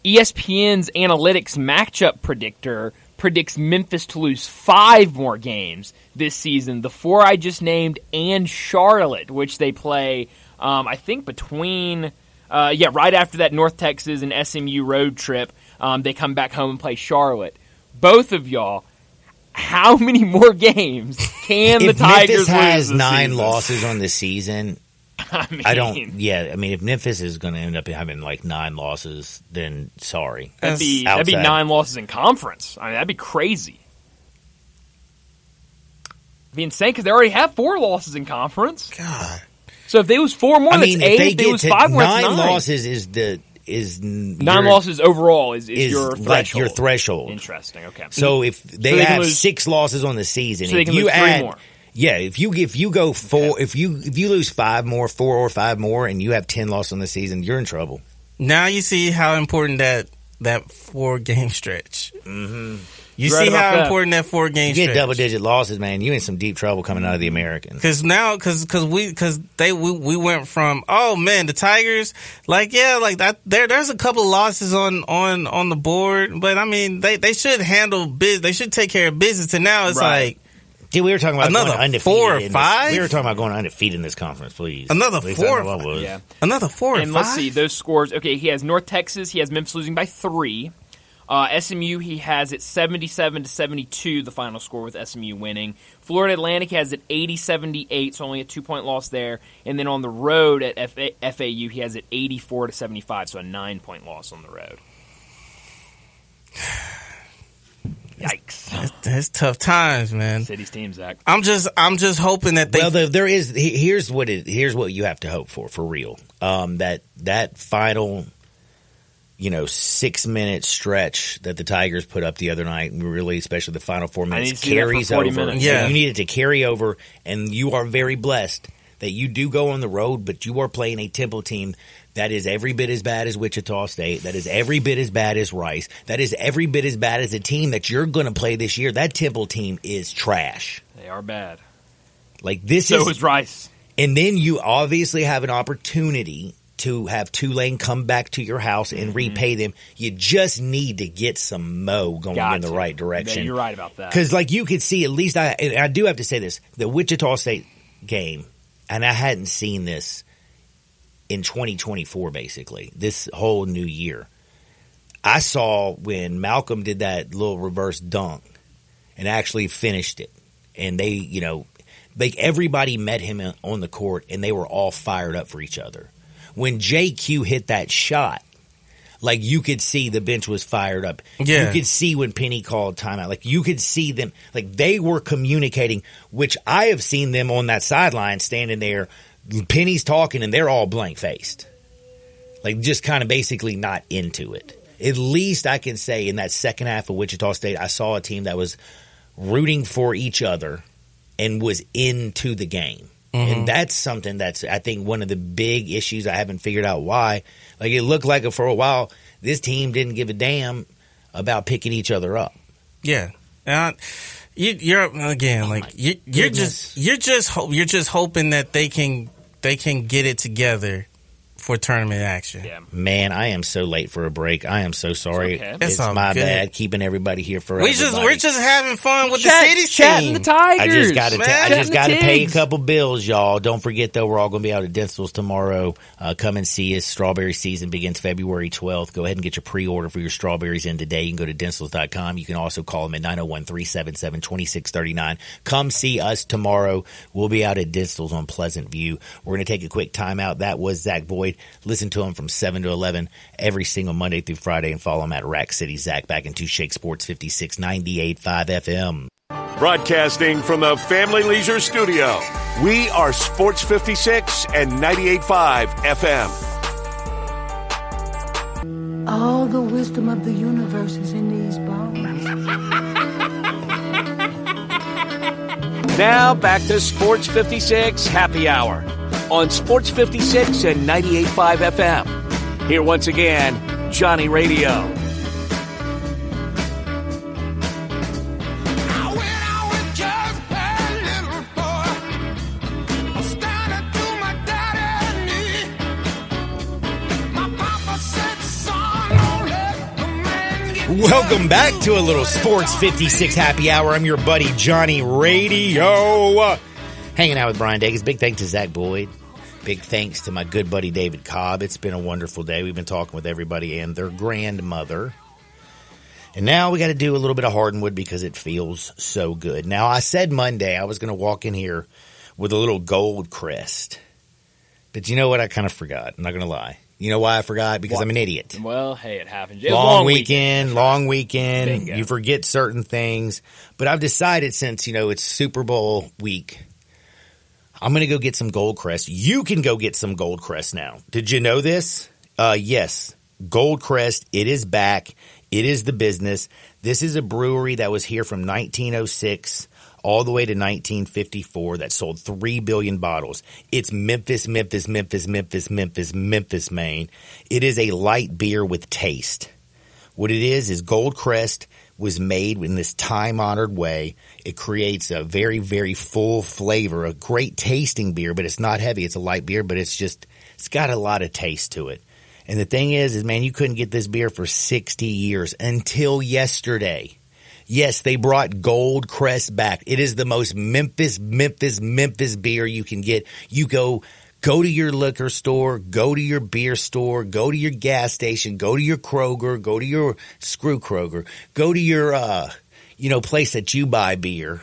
Speaker 4: E ESPN's analytics matchup predictor predicts Memphis to lose five more games this season. The four I just named and Charlotte, which they play, um, I think between uh, yeah, right after that North Texas and SMU road trip, um, they come back home and play Charlotte. Both of y'all. How <laughs> many more games can the
Speaker 3: if Memphis
Speaker 4: Tigers
Speaker 3: has
Speaker 4: lose this
Speaker 3: nine
Speaker 4: season?
Speaker 3: losses on the season,
Speaker 4: <laughs> I, mean,
Speaker 3: I don't. Yeah, I mean, if Memphis is going to end up having like nine losses, then sorry.
Speaker 4: That'd be that'd be
Speaker 3: outside.
Speaker 4: nine losses in conference. I mean, that'd be crazy. It'd be insane because they already have four losses in conference.
Speaker 5: God.
Speaker 4: So if they lose four more,
Speaker 3: I
Speaker 4: that's
Speaker 3: mean,
Speaker 4: eight.
Speaker 3: if they
Speaker 4: it
Speaker 3: get
Speaker 4: was
Speaker 3: to
Speaker 4: five
Speaker 3: nine,
Speaker 4: more, that's nine
Speaker 3: losses, is the is n-
Speaker 4: Nine
Speaker 3: your-
Speaker 4: losses overall is, is,
Speaker 3: is
Speaker 4: your
Speaker 3: like
Speaker 4: threshold.
Speaker 3: your threshold.
Speaker 4: Interesting. Okay.
Speaker 3: So if they,
Speaker 4: they can
Speaker 3: have
Speaker 4: lose-
Speaker 3: six losses on the season,
Speaker 4: So they
Speaker 3: if
Speaker 4: can
Speaker 3: you
Speaker 4: lose three
Speaker 3: add,
Speaker 4: more.
Speaker 3: yeah, if you if you go four, if you if you lose five more, four or five more, and you have ten losses on the season, you're in trouble.
Speaker 5: Now you see how important that that four game stretch. Mm-hmm. You
Speaker 4: Right
Speaker 5: see
Speaker 4: about
Speaker 5: how
Speaker 4: that.
Speaker 5: important that four game
Speaker 3: You get
Speaker 5: stretch.
Speaker 3: double digit losses, man. You in some deep trouble coming out of the American.
Speaker 5: Cause now, cause, cause we, cause they, we, we went from, oh man, the Tigers, like, yeah, like that, there, there's a couple losses on, on, on the board, but I mean, they, they should handle biz, they should take care of business. And now it's
Speaker 4: Right.
Speaker 5: like
Speaker 3: Dude, we were talking about
Speaker 5: Another
Speaker 3: going undefeated
Speaker 5: four or
Speaker 3: in this-
Speaker 5: five?
Speaker 3: we were talking about going undefeated in this conference, please.
Speaker 5: Another
Speaker 3: At least
Speaker 5: four
Speaker 3: I know
Speaker 5: or
Speaker 3: I was.
Speaker 4: yeah.
Speaker 5: another four
Speaker 4: and
Speaker 5: or
Speaker 4: let's
Speaker 5: five?
Speaker 4: see those scores. Okay, he has North Texas. He has Memphis losing by three. Uh, SMU he has it seventy-seven to seventy-two. The final score with SMU winning. Florida Atlantic has it 80-78, so only a two-point loss there. And then on the road at F- FAU he has it eighty-four to seventy-five, so a nine-point loss on the road. <sighs> Yikes!
Speaker 5: That's tough times, man.
Speaker 4: City's team, Zach.
Speaker 5: I'm just, I'm just hoping that they,
Speaker 3: well, there, there is. he- Here's what it. Here's what you have to hope for, for real. Um, that that final, you know, six minute stretch that the Tigers put up the other night, and really, especially the final four
Speaker 4: I need
Speaker 3: minutes,
Speaker 4: to see that for
Speaker 3: carries
Speaker 4: 40
Speaker 3: over.
Speaker 4: minutes.
Speaker 3: So
Speaker 5: Yeah.
Speaker 3: you need it to carry over, and you are very blessed that you do go on the road, but you are playing a Temple team. That is every bit as bad as Wichita State. That is every bit as bad as Rice. That is every bit as bad as the team that you're going to play this year. That Temple team is trash.
Speaker 4: They are bad.
Speaker 3: Like this
Speaker 4: So
Speaker 3: is
Speaker 4: is Rice.
Speaker 3: and then you obviously have an opportunity to have Tulane come back to your house and
Speaker 4: Mm-hmm.
Speaker 3: repay them. You just need to get some mo going
Speaker 4: Got
Speaker 3: in the
Speaker 4: to.
Speaker 3: right
Speaker 4: Yeah,
Speaker 3: direction.
Speaker 4: you're right about that.
Speaker 3: Because, like, you could see at least I, and I do have to say this the Wichita State game, and I hadn't seen this in 2024, basically, this whole new year. I saw when Malcolm did that little reverse dunk and actually finished it. And they, you know, like everybody met him in- on the court and they were all fired up for each other. When JQ hit that shot, like you could see the bench was fired up.
Speaker 5: Yeah.
Speaker 3: You could see when Penny called timeout. Like you could see them, like they were communicating, which I have seen them on that sideline standing there. Penny's talking and they're all blank faced. Like just kind of basically not into it. At least I can say in that second half of Wichita State, I saw a team that was rooting for each other and was into the game.
Speaker 5: Mm-hmm.
Speaker 3: And that's something that's I think one of the big issues I haven't figured out why. Like it looked like for a while this team didn't give a damn about picking each other up.
Speaker 5: Yeah, and I- you, you're again like you, you're just you're just ho- you're just hoping that they can they can get it together for tournament action.
Speaker 4: Yeah.
Speaker 3: Man, I am so late for a break. I am so sorry.
Speaker 4: It's okay.
Speaker 5: It's all
Speaker 3: my
Speaker 5: good.
Speaker 3: bad keeping everybody here for
Speaker 5: We just we're
Speaker 3: everybody.
Speaker 5: just having fun with
Speaker 4: Chat-
Speaker 5: the city's
Speaker 4: chatting
Speaker 5: team.
Speaker 4: the Tigers.
Speaker 3: I just got to.
Speaker 5: man.
Speaker 3: I just got to
Speaker 4: Chatting the
Speaker 3: pay a
Speaker 4: Tigs.
Speaker 3: couple bills, y'all. Don't forget though, we're all going to be out at Dental's tomorrow. Uh, come and see us. Strawberry season begins February twelfth. Go ahead and get your pre-order for your strawberries in today. You can go to dentals.com. You can also call them at 901-377-2639. Come see us tomorrow. We'll be out at Dental's on Pleasant View. We're going to take a quick timeout. That was Zach Boyd. Listen to him from seven to eleven every single Monday through Friday, and follow him at Rack City Zach back in Two Shake Sports 5698.5 FM.
Speaker 2: Broadcasting from the Family Leisure Studio, we are Sports 56 and 98.5 FM.
Speaker 7: All the wisdom of the universe is in these bones.
Speaker 2: Now back to Sports 56 Happy Hour on Sports 56 and 98.5 FM. Here once again, Johnny Radio.
Speaker 3: Welcome back to a little Sports 56 Happy Hour. I'm your buddy Johnny Radio. Hanging out with Brian Davis. Big thanks to Zach Boyd. Big thanks to my good buddy David Cobb. It's been a wonderful day. We've been talking with everybody and their grandmother. And now we got to do a little bit of Hardwood because it feels so good. Now, I said Monday I was going to walk in here with a little gold crest. But you know what? I kind of forgot. I'm not going to lie. You know why I forgot? Because I'm an idiot
Speaker 4: Well, hey, it happens. It was a
Speaker 3: long, weekend, long weekend.
Speaker 4: Bingo.
Speaker 3: You forget certain things, but I've decided since you know it's Super Bowl week, I'm going to go get some Gold Crest. You can go get some Gold Crest now. Did you know this? Uh, yes, Gold Crest. It is back. It is the business. This is a brewery that was here from 1906 all the way to 1954 that sold 3 billion bottles. It's Memphis, Memphis, Memphis, Memphis, Memphis, Memphis, Maine. It is a light beer with taste. What it is is Gold Crest was made in this time honored way. It creates a very, very full flavor, a great tasting beer, but it's not heavy. It's a light beer, but it's just, it's got a lot of taste to it. And the thing is, is man, you couldn't get this beer for 60 years until yesterday. Yes, they brought Gold Crest back. It is the most Memphis, Memphis, Memphis beer you can get. You go, go to your liquor store, go to your beer store, go to your gas station, go to your Kroger, go to your Screw Kroger, go to your, uh, you know, place that you buy beer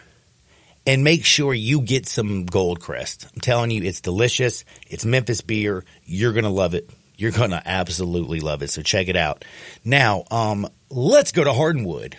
Speaker 3: and make sure you get some Gold Crest. I'm telling you, it's delicious. It's Memphis beer. You're going to love it. You're going to absolutely love it. So check it out. Now, um, let's go to Hardwood.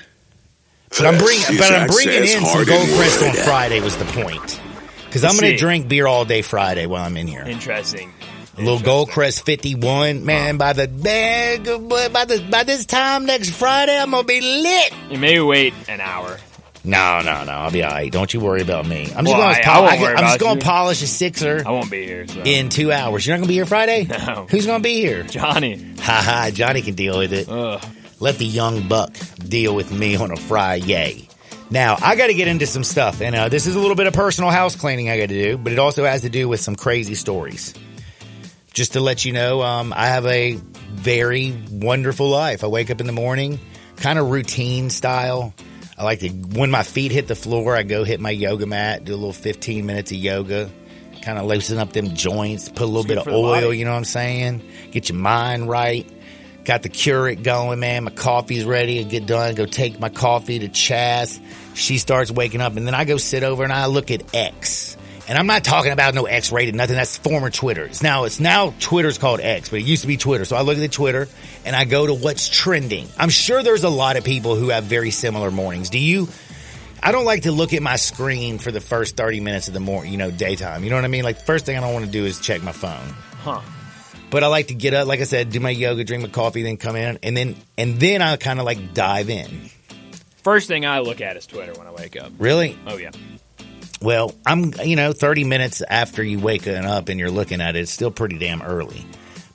Speaker 3: But I'm bringing, but I'm bringing in some Gold Crest on Friday was the point. Because I'm going
Speaker 4: See.
Speaker 3: to drink beer all day Friday while I'm in here.
Speaker 4: Interesting.
Speaker 3: Little Gold Crest 51, man. By the man, by the by this time next Friday, I'm gonna be lit.
Speaker 4: You may wait an hour.
Speaker 3: No, no, no. I'll be all right. Don't you worry about me. I'm just
Speaker 4: Well,
Speaker 3: gonna
Speaker 4: I- I
Speaker 3: pol-
Speaker 4: won't
Speaker 3: I can-
Speaker 4: worry
Speaker 3: I'm just
Speaker 4: about
Speaker 3: gonna
Speaker 4: you.
Speaker 3: polish a sixer
Speaker 4: I won't be here. So.
Speaker 3: in two hours. You're not gonna be here Friday.
Speaker 4: <laughs> No.
Speaker 3: Who's gonna be here?
Speaker 4: Johnny.
Speaker 3: Ha ha. Johnny can deal with it.
Speaker 4: Ugh.
Speaker 3: Let the young buck deal with me on a Friday. Now, I got to get into some stuff, and uh, this is a little bit of personal house cleaning I got to do, but it also has to do with some crazy stories. Just to let you know, um, I have a very wonderful life. I wake up in the morning, kind of routine style. I like to, when my feet hit the floor, I go hit my yoga mat, do a little 15 minutes of yoga, kind of loosen up them joints, put a little bit of oil, you know what I'm saying? Get your mind right. Got the curate going, man. My coffee's ready. I get done, go take my coffee to Chas. She starts waking up, and then I go sit over and I look at X. And I'm not talking about no X rated, nothing. That's former Twitter. It's now, it's now Twitter's called X, but it used to be Twitter. So I look at the Twitter and I go to what's trending. I'm sure there's a lot of people who have very similar mornings. Do you? I don't like to look at my screen for the first 30 minutes of the morning, you know, daytime. You know what I mean? Like, the first thing I don't want to do is check my phone. But I like to get up, like I said, do my yoga, drink my coffee, then come in, and then and then I kind of like dive in.
Speaker 4: First thing I look at is Twitter when I wake up.
Speaker 3: Really?
Speaker 4: Oh yeah.
Speaker 3: Well, I'm you know thirty minutes after you waking up and you're looking at it, it's still pretty damn early.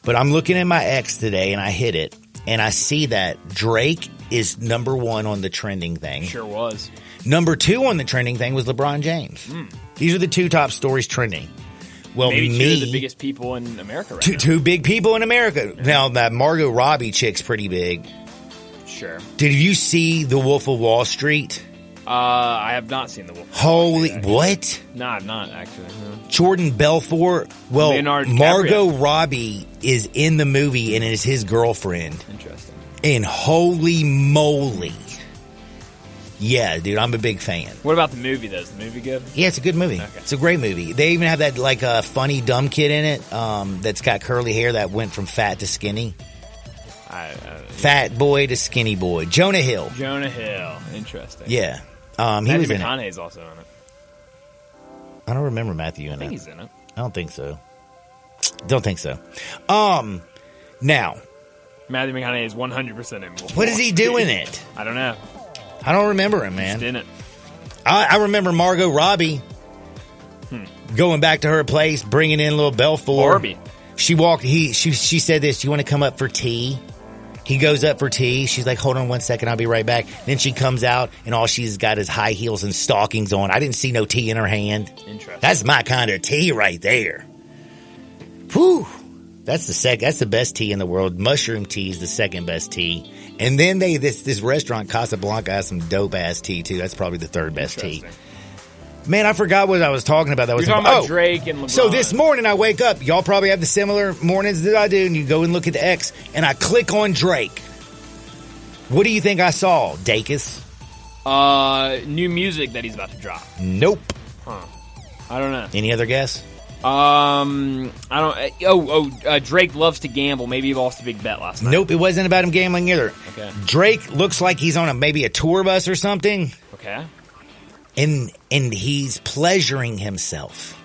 Speaker 3: But I'm looking at my ex today, and I hit it, and I see that Drake is number one on the trending thing.
Speaker 4: Sure was.
Speaker 3: Number two on the trending thing was LeBron James. These are the two top stories trending. Well,
Speaker 4: Hmm. Maybe
Speaker 3: me,
Speaker 4: two of the biggest people in America right
Speaker 3: two,
Speaker 4: now.
Speaker 3: two big people in America. Now that Margot Robbie chick's pretty big.
Speaker 4: Sure.
Speaker 3: Did you see The Wolf of Wall Street?
Speaker 4: Uh, I have not seen the Wolf.
Speaker 3: Holy what?
Speaker 4: No, I'm not actually. No.
Speaker 3: Jordan Belfort. Well,
Speaker 4: Leonardo DiCaprio.
Speaker 3: Margot Robbie is in the movie and it is his girlfriend.
Speaker 4: Interesting.
Speaker 3: And holy moly. Yeah, dude, I'm a big fan.
Speaker 4: What about the movie though? Is the movie good?
Speaker 3: Yeah, it's a good movie. It's a great movie. They even have that like uh, funny dumb kid in it um, that's got curly hair that went from fat to skinny,
Speaker 4: I, uh,
Speaker 3: fat boy to skinny boy. Jonah Hill.
Speaker 4: Jonah Hill. Interesting.
Speaker 3: Yeah, um, he was
Speaker 4: Matthew
Speaker 3: in it.
Speaker 4: McConaughey's also in it.
Speaker 3: I don't remember Matthew
Speaker 4: I
Speaker 3: in
Speaker 4: think
Speaker 3: it.
Speaker 4: he's in it.
Speaker 3: I don't think so. Don't think so. Um, now
Speaker 4: Matthew McConaughey is 100 percent in Wolf.
Speaker 3: what is he doing it?
Speaker 4: I don't know.
Speaker 3: I don't remember him,
Speaker 4: Just
Speaker 3: man.
Speaker 4: in it.
Speaker 3: I, I remember Margot Robbie going back to her place, bringing in little Belfort.
Speaker 4: Barbie.
Speaker 3: She walked. He she she said this. Do you want to come up for tea? He goes up for tea. She's like, hold on one second, I'll be right back. Then she comes out, and all she's got is high heels and stockings on. I didn't see no tea in her hand.
Speaker 4: Interesting.
Speaker 3: That's my kind of tea right there. Whew. That's the sec. That's the best tea in the world. Mushroom tea is the second best tea. And then they this this restaurant Casablanca has some dope ass tea too. That's probably the third best tea. Man, I forgot what I was talking about. That
Speaker 4: You're
Speaker 3: was
Speaker 4: talking about
Speaker 3: oh.
Speaker 4: Drake and LeBron.
Speaker 3: So this morning I wake up. Y'all probably have the similar mornings that I do, and you go and look at the X, and I click on Drake. What do you think I saw, Dacus?
Speaker 4: uh, new music that he's about to drop.
Speaker 3: Nope.
Speaker 4: I don't know.
Speaker 3: Any other guess?
Speaker 4: Um, I don't. uh, Oh, oh, uh, Drake loves to gamble. Maybe he lost a big bet last night.
Speaker 3: Nope. It wasn't about him gambling either.
Speaker 4: Okay.
Speaker 3: Drake looks like he's on a maybe a tour bus or something,
Speaker 4: Okay.
Speaker 3: and and he's pleasuring himself.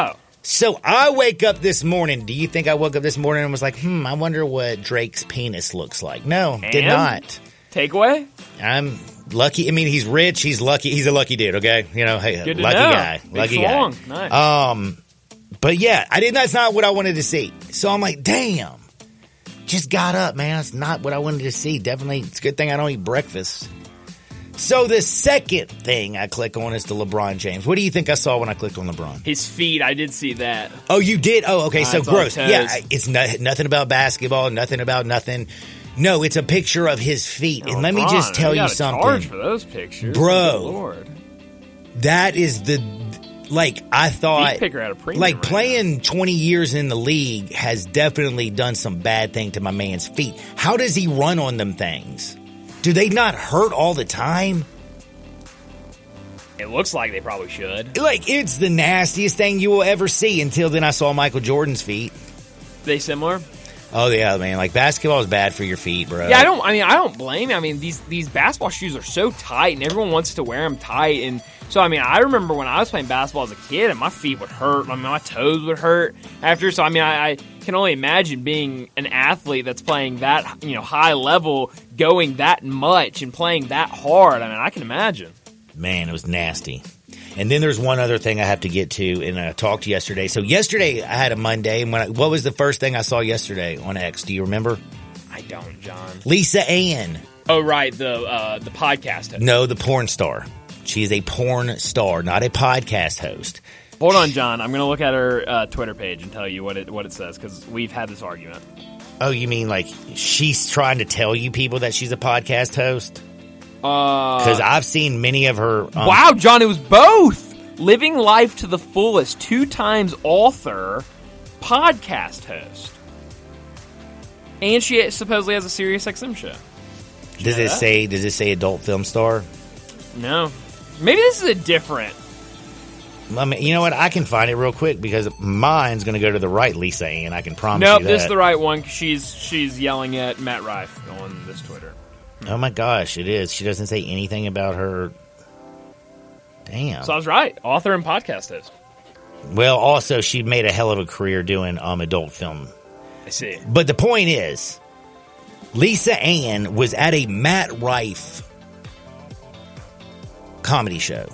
Speaker 4: Oh.
Speaker 3: So I wake up this morning. Do you think I woke up this morning and was like, "Hmm, I wonder what Drake's penis looks like"? No, did
Speaker 4: And?
Speaker 3: not.
Speaker 4: Takeaway?
Speaker 3: I'm lucky. I mean, he's rich. He's lucky. He's a lucky dude. Okay, you know, hey,
Speaker 4: Good to
Speaker 3: lucky
Speaker 4: know.
Speaker 3: guy,
Speaker 4: Big
Speaker 3: lucky
Speaker 4: swung.
Speaker 3: guy.
Speaker 4: Nice.
Speaker 3: Um, but yeah, I did. That's not what I wanted to see. So I'm like, damn, just got up, man. It's not what I wanted to see. Definitely, it's a good thing I don't eat breakfast. So the second thing I click on is the LeBron James. What do you think I saw when I clicked on LeBron?
Speaker 4: His feet. I did see that.
Speaker 3: Oh, you did. Oh, okay. so
Speaker 4: it's all
Speaker 3: gross.
Speaker 4: toes.
Speaker 3: Yeah, I- it's no, nothing about basketball. Nothing about nothing. No, it's a picture of his feet. And let me
Speaker 4: LeBron,
Speaker 3: just tell
Speaker 4: we
Speaker 3: you
Speaker 4: gotta Charge
Speaker 3: something.
Speaker 4: for those pictures,
Speaker 3: Bro.
Speaker 4: Good Lord.
Speaker 3: That is the like I thought.
Speaker 4: Feet picker at a premium
Speaker 3: like
Speaker 4: right
Speaker 3: playing twenty years in the league has definitely done some bad thing to my man's feet. How does he run on them things? Do they not hurt all the time?
Speaker 4: It looks like they probably should.
Speaker 3: Like it's the nastiest thing you will ever see. Until then, I saw Michael Jordan's feet.
Speaker 4: They similar?
Speaker 3: Oh yeah, man! Like basketball is bad for your feet, bro.
Speaker 4: Yeah, I don't. I mean, I don't blame. you. I mean, these these basketball shoes are so tight, and everyone wants to wear them tight. And so, I mean, I remember when I was playing basketball as a kid, and my feet would hurt. I mean, my toes would hurt after. So, I mean, I, I can only imagine being an athlete that's playing that you know high level, going that much, and playing that hard. I mean, I can imagine.
Speaker 3: man, it was nasty. And then there's one other thing I have to get to, and I talked yesterday. So yesterday I had a Monday, and when I, what was the first thing I saw yesterday on X? Do you remember?
Speaker 4: I don't, John.
Speaker 3: Lisa Ann.
Speaker 4: Oh, right, the uh, the podcast. host.
Speaker 3: No, the porn star. She is a porn star, not a podcast host.
Speaker 4: Hold on, John. I'm gonna look at her uh, Twitter page and tell you what it what it says because we've had this argument.
Speaker 3: Oh, you mean like she's trying to tell you people that she's a podcast host?
Speaker 4: Uh,
Speaker 3: Because I've seen many of her. um,
Speaker 4: Wow, John, it was both. Living life to the fullest, two times author, podcast host. And she supposedly has a serious XM show.
Speaker 3: Does it say? Does it say adult film star?
Speaker 4: No. Maybe this is a different.
Speaker 3: I mean, you know what? I can find it real quick because mine's going to go to the right, Lisa Ann. I can promise
Speaker 4: Nope,
Speaker 3: you that.
Speaker 4: this is the right one 'cause she's she's yelling at Matt Rife on this Twitter.
Speaker 3: Oh my gosh, it is. She doesn't say anything about her. Damn.
Speaker 4: So I was right. Author and podcast host.
Speaker 3: well, also she made a hell of a career doing um adult film.
Speaker 4: I see.
Speaker 3: But the point is, Lisa Ann was at a Matt Rife comedy show,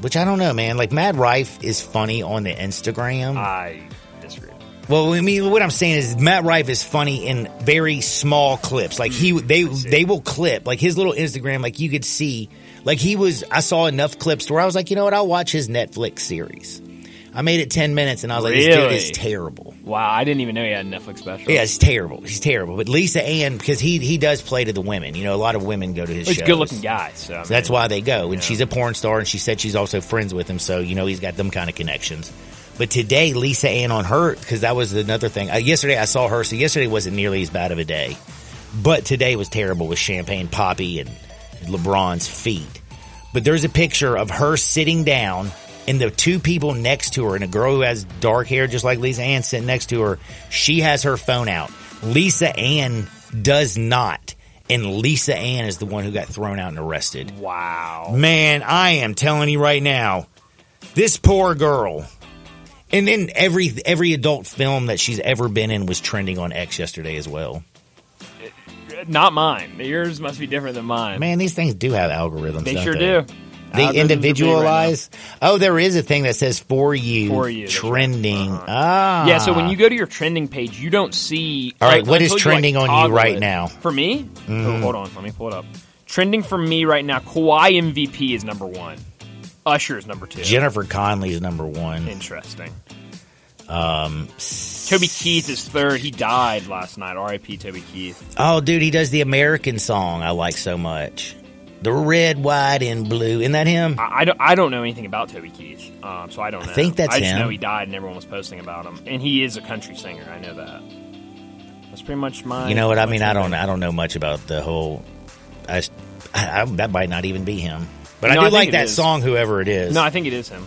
Speaker 3: which I don't know, man. Like Matt Rife is funny on the Instagram.
Speaker 4: I disagree.
Speaker 3: Well, I mean, what I'm saying is Matt Rife is funny in very small clips. Like he, they, they will clip like his little Instagram. Like you could see, like he was. I saw enough clips to where I was like, you know what? I'll watch his Netflix series. I made it ten minutes, and I was like, this dude
Speaker 4: Really?
Speaker 3: is terrible.
Speaker 4: Wow, I didn't even know he had a Netflix special.
Speaker 3: Yeah, it's terrible. He's terrible. But Lisa Ann, because he he does play to the women. You know, a lot of women go to his.
Speaker 4: He's a
Speaker 3: shows.
Speaker 4: good looking guy, so I mean,
Speaker 3: That's why they go. And she's a porn star, and she said she's also friends with him. So you know he's got them kind of connections. But today, Lisa Ann on her because that was another thing. Uh, yesterday I saw her, so yesterday wasn't nearly as bad of a day, but today was terrible with champagne poppy and LeBron's feet. But there's a picture of her sitting down. And the two people next to her, and a girl who has dark hair just like Lisa Ann sitting next to her, she has her phone out. Lisa Ann does not. And Lisa Ann is the one who got thrown out and arrested.
Speaker 4: wow.
Speaker 3: Man, I am telling you right now, this poor girl. And then every every adult film that she's ever been in was trending on X yesterday as well.
Speaker 4: Not mine. Yours must be different than mine.
Speaker 3: Man, these things do have algorithms.
Speaker 4: They
Speaker 3: don't
Speaker 4: sure
Speaker 3: they?
Speaker 4: do.
Speaker 3: They
Speaker 4: Uh, that doesn't debate right
Speaker 3: individualize. oh, there is a thing that says for you,
Speaker 4: For you, that's right. Uh-huh.
Speaker 3: trending. Ah,
Speaker 4: Yeah, so when you go to your trending page, you don't see.
Speaker 3: All right,
Speaker 4: un-
Speaker 3: what is
Speaker 4: until
Speaker 3: trending
Speaker 4: like,
Speaker 3: on you
Speaker 4: toggle
Speaker 3: right
Speaker 4: it.
Speaker 3: now? Mm-hmm.
Speaker 4: For me, Oh, hold on, let me pull it up. Trending for me right now, Kawhi MVP is number one. Usher is number two.
Speaker 3: Jennifer Conley's number one.
Speaker 4: Interesting. Um,
Speaker 3: Um,
Speaker 4: Toby Keith is third. He died last night. R.I.P. Toby Keith.
Speaker 3: Oh, dude, he does the American song I like so much. The red, white, and blue. Isn't that him?
Speaker 4: I, I don't. I don't know anything about Toby Keith, um, so I don't know.
Speaker 3: think that's
Speaker 4: I just
Speaker 3: him.
Speaker 4: know he died, and everyone was posting about him. And he is a country singer. I know that. That's pretty much my.
Speaker 3: You know what? I
Speaker 4: my
Speaker 3: mean, I
Speaker 4: thing.
Speaker 3: don't. I don't know much about the whole. I, s- I- I- that might not even be him. But
Speaker 4: No,
Speaker 3: I
Speaker 4: I
Speaker 3: do
Speaker 4: think
Speaker 3: like
Speaker 4: it
Speaker 3: that
Speaker 4: is.
Speaker 3: song, whoever it is.
Speaker 4: No, I think it is him.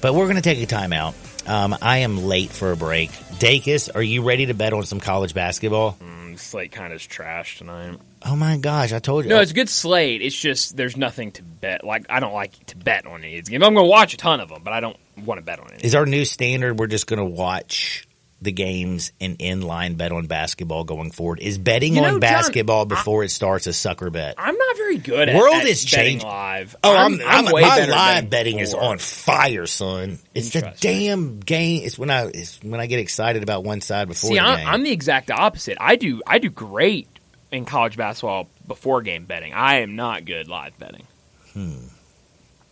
Speaker 3: But we're going to take a timeout. Um, I am late for a break. Dakis, are you ready to bet on some college basketball?
Speaker 4: Mm, Slate kind of is trash tonight.
Speaker 3: Oh my gosh, I told you.
Speaker 4: No, it's a good slate. It's just there's nothing to bet. Like I don't like to bet on any of these games. I'm going to watch a ton of them, but I don't want to bet on any.
Speaker 3: is our new standard we're just going to watch the games and inline bet on basketball going forward? Is betting
Speaker 4: You know,
Speaker 3: on
Speaker 4: John,
Speaker 3: basketball before it starts a sucker bet?
Speaker 4: I'm not very good. at
Speaker 3: World
Speaker 4: at
Speaker 3: is
Speaker 4: betting
Speaker 3: changed.
Speaker 4: live.
Speaker 3: Oh, I'm, I'm,
Speaker 4: way
Speaker 3: my
Speaker 4: better
Speaker 3: live
Speaker 4: than
Speaker 3: betting is
Speaker 4: before.
Speaker 3: on fire, son. It's the damn game. It's when I it's when I get excited about one side before
Speaker 4: See,
Speaker 3: the
Speaker 4: I'm,
Speaker 3: game.
Speaker 4: I'm the exact opposite. I do I do great in college basketball before game betting. I am not good live betting. Hmm.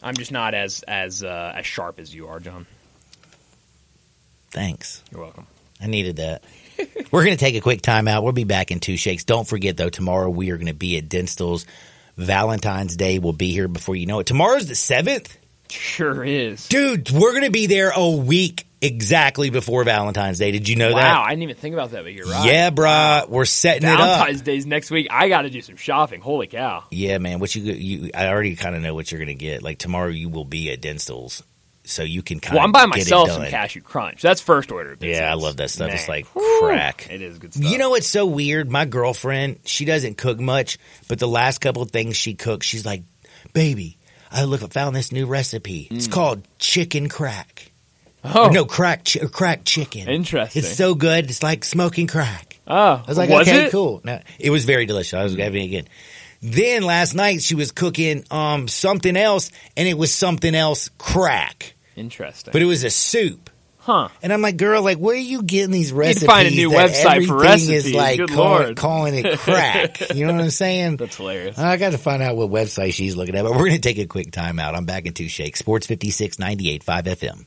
Speaker 4: I'm just not as as uh, as sharp as you are, John.
Speaker 3: Thanks.
Speaker 4: You're welcome.
Speaker 3: I needed that. <laughs> We're going to take a quick timeout. We'll be back in two shakes. Don't forget, though, tomorrow we are going to be at Denstall's. Valentine's Day will be here before you know it. Tomorrow's the 7th?
Speaker 4: Sure is.
Speaker 3: Dude, we're going to be there a week exactly before Valentine's Day. Did you know
Speaker 4: wow,
Speaker 3: that?
Speaker 4: I didn't even think about that, but you're right.
Speaker 3: Yeah, bruh. We're setting it up.
Speaker 4: Valentine's Day's next week. I got to do some shopping. Holy cow!
Speaker 3: Yeah, man. What you, you I already kind of know what you're going to get. Like tomorrow you will be at Denstall's. So you can kind
Speaker 4: Well,
Speaker 3: of
Speaker 4: I'm buying
Speaker 3: get it
Speaker 4: myself some
Speaker 3: done.
Speaker 4: cashew crunch. That's first order. Of business.
Speaker 3: Yeah, I love that stuff. It's
Speaker 4: Man.
Speaker 3: like
Speaker 4: Whew.
Speaker 3: crack.
Speaker 4: It is good stuff.
Speaker 3: You know what's so weird? My girlfriend, she doesn't cook much, but the last couple of things she cooked, she's like, "Baby, I look I found this new recipe. It's called chicken crack.
Speaker 4: Mm. Oh,
Speaker 3: Or no, crack chi- or crack chicken.
Speaker 4: Interesting.
Speaker 3: It's so good. It's like smoking crack."
Speaker 4: oh,
Speaker 3: I was like,
Speaker 4: was
Speaker 3: "Okay,
Speaker 4: it?
Speaker 3: cool." No, it was very delicious. I was having it again. Then last night she was cooking um something else, and it was something else crack,
Speaker 4: Interesting.
Speaker 3: but it was a soup.
Speaker 4: huh?
Speaker 3: And I'm like, girl, like, where are you getting these
Speaker 4: need
Speaker 3: recipes?
Speaker 4: to find a new
Speaker 3: that
Speaker 4: website for
Speaker 3: everything Is
Speaker 4: recipes.
Speaker 3: like
Speaker 4: Good
Speaker 3: call-
Speaker 4: Lord.
Speaker 3: calling it
Speaker 4: <laughs>
Speaker 3: crack. you know what I'm saying?
Speaker 4: That's hilarious.
Speaker 3: I got to find out what website she's looking at, but we're going to take a quick timeout. I'm back in two shakes. Sports 56, 98, 5 FM.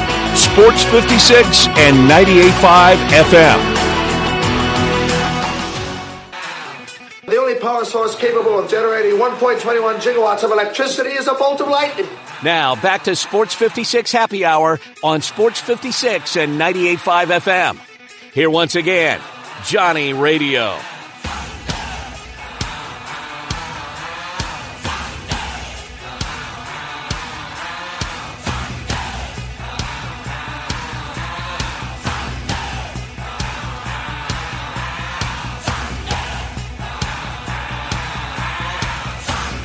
Speaker 2: Sports 56 and 98.5 FM.
Speaker 8: The only power source capable of generating 1.21 gigawatts of electricity is a bolt of lightning.
Speaker 2: Now back to Sports 56 Happy Hour on Sports 56 and 98.5 FM. Here once again, Johnny Radio.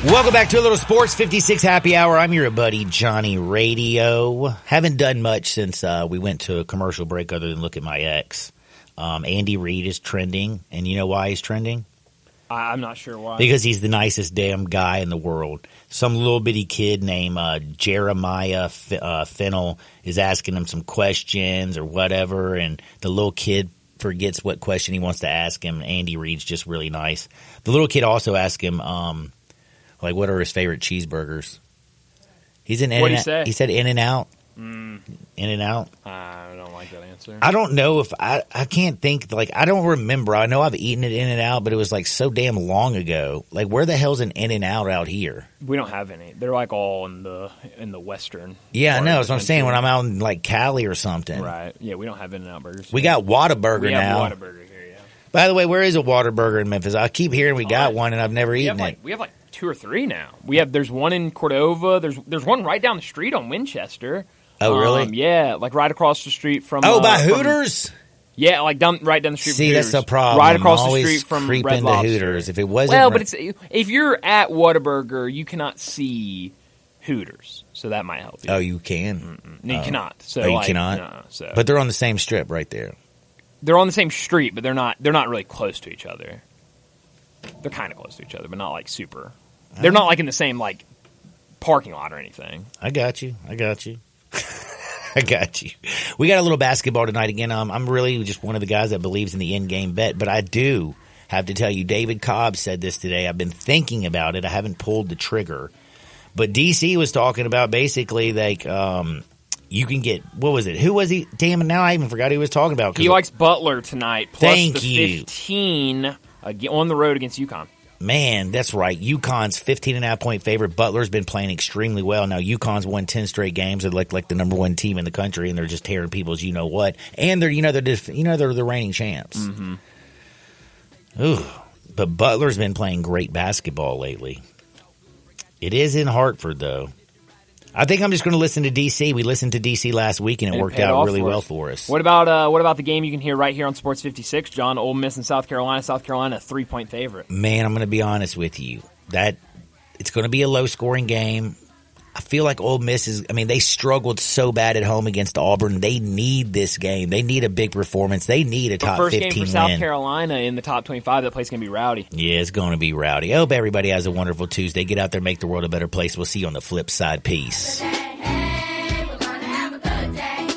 Speaker 3: Welcome back to a little Sports 56 Happy Hour. I'm your buddy, Johnny Radio. Haven't done much since uh, we went to a commercial break other than look at my ex. Um, Andy Reid is trending, and you know why he's trending?
Speaker 4: I, I'm not sure why.
Speaker 3: because he's the nicest damn guy in the world. Some little bitty kid named uh, Jeremiah F- uh, Fennel is asking him some questions or whatever, and the little kid forgets what question he wants to ask him. Andy Reid's just really nice. The little kid also asked him, um, like, what are his favorite cheeseburgers? He's an in and
Speaker 4: What'd he say? Mm.
Speaker 3: out. He said in and out. In and out.
Speaker 4: I don't like that answer.
Speaker 3: I don't know if I, I can't think like I don't remember. I know I've eaten it in and out, but it was like so damn long ago. Like where the hell's an in and out out here?
Speaker 4: we don't have any. They're like all in the in the western.
Speaker 3: Yeah, I
Speaker 4: part
Speaker 3: know.
Speaker 4: of
Speaker 3: That's
Speaker 4: the
Speaker 3: what I'm saying. When
Speaker 4: country.
Speaker 3: I'm out in like Cali or something,
Speaker 4: right. Yeah, we don't have In and Out burgers.
Speaker 3: we got Whataburger
Speaker 4: we
Speaker 3: now.
Speaker 4: have Whataburger here. Yeah,
Speaker 3: By the way, where is a Whataburger in Memphis? I keep hearing we got
Speaker 4: Uh,
Speaker 3: one, and I've never
Speaker 4: we
Speaker 3: eaten
Speaker 4: have like
Speaker 3: it.
Speaker 4: we have like two or three now. We have there's one in Cordova. There's there's one right down the street on Winchester.
Speaker 3: Oh, really?
Speaker 4: Um, yeah, like right across the street from.
Speaker 3: oh,
Speaker 4: uh,
Speaker 3: by
Speaker 4: from-
Speaker 3: Hooters.
Speaker 4: yeah, like down right down the street.
Speaker 3: See,
Speaker 4: from
Speaker 3: that's
Speaker 4: Hooters.
Speaker 3: the problem.
Speaker 4: Right across
Speaker 3: I'm
Speaker 4: the
Speaker 3: always
Speaker 4: street from
Speaker 3: creep
Speaker 4: Red
Speaker 3: into
Speaker 4: Lobster.
Speaker 3: Hooters. If it wasn't,
Speaker 4: Well,
Speaker 3: Red-
Speaker 4: but it's if you're at Whataburger, you cannot see Hooters, so that might help you.
Speaker 3: oh, you can,
Speaker 4: no, you cannot. So
Speaker 3: oh, you
Speaker 4: like,
Speaker 3: cannot?
Speaker 4: no, so
Speaker 3: but they're on the same strip right there.
Speaker 4: they're on the same street, but they're not. They're not really close to each other. They're kind of close to each other, but not like super. They're not like in the same like parking lot or anything.
Speaker 3: I got you. I got you. <laughs> I got you. We got a little basketball tonight again. Um, I'm really just one of the guys that believes in the end game bet, but I do have to tell you, David Cobb said this today. I've been thinking about it. I haven't pulled the trigger, but DC was talking about basically like um, you can get what was it? Who was he? Damn it! Now I even forgot who he was talking about. 'cause
Speaker 4: He likes Butler tonight. Plus
Speaker 3: Thank
Speaker 4: the
Speaker 3: you.
Speaker 4: Fifteen again, on the road against UConn.
Speaker 3: Man, that's right. UConn's 15 and a half point favorite. Butler's been playing extremely well. Now UConn's won 10 straight games. They're like, like the number one team in the country and they're just tearing people's you know what. And they're, you know, they're, def- you know, they're the reigning champs.
Speaker 4: Mm-hmm.
Speaker 3: Ooh, but Butler's been playing great basketball lately. It is in Hartford though. I think I'm just going to listen to DC. We listened to DC last week and it,
Speaker 4: And it
Speaker 3: worked
Speaker 4: paid
Speaker 3: out
Speaker 4: off
Speaker 3: really
Speaker 4: for
Speaker 3: well
Speaker 4: us.
Speaker 3: for us.
Speaker 4: What about uh, what about the game you can hear right here on Sports 56? John, Ole Miss and South Carolina. South Carolina, three point favorite.
Speaker 3: man, I'm going to be honest with you. That it's going to be a low scoring game. I feel like Ole Miss is. I mean, they struggled so bad at home against Auburn. They need this game. They need a big performance. They need a
Speaker 4: The
Speaker 3: top
Speaker 4: first game
Speaker 3: 15
Speaker 4: for
Speaker 3: win.
Speaker 4: South Carolina in the top 25. That play's going to be rowdy.
Speaker 3: Yeah, it's going to be rowdy. I hope everybody has a wonderful Tuesday. Get out there, make the world a better place. We'll see you on the flip side. Peace.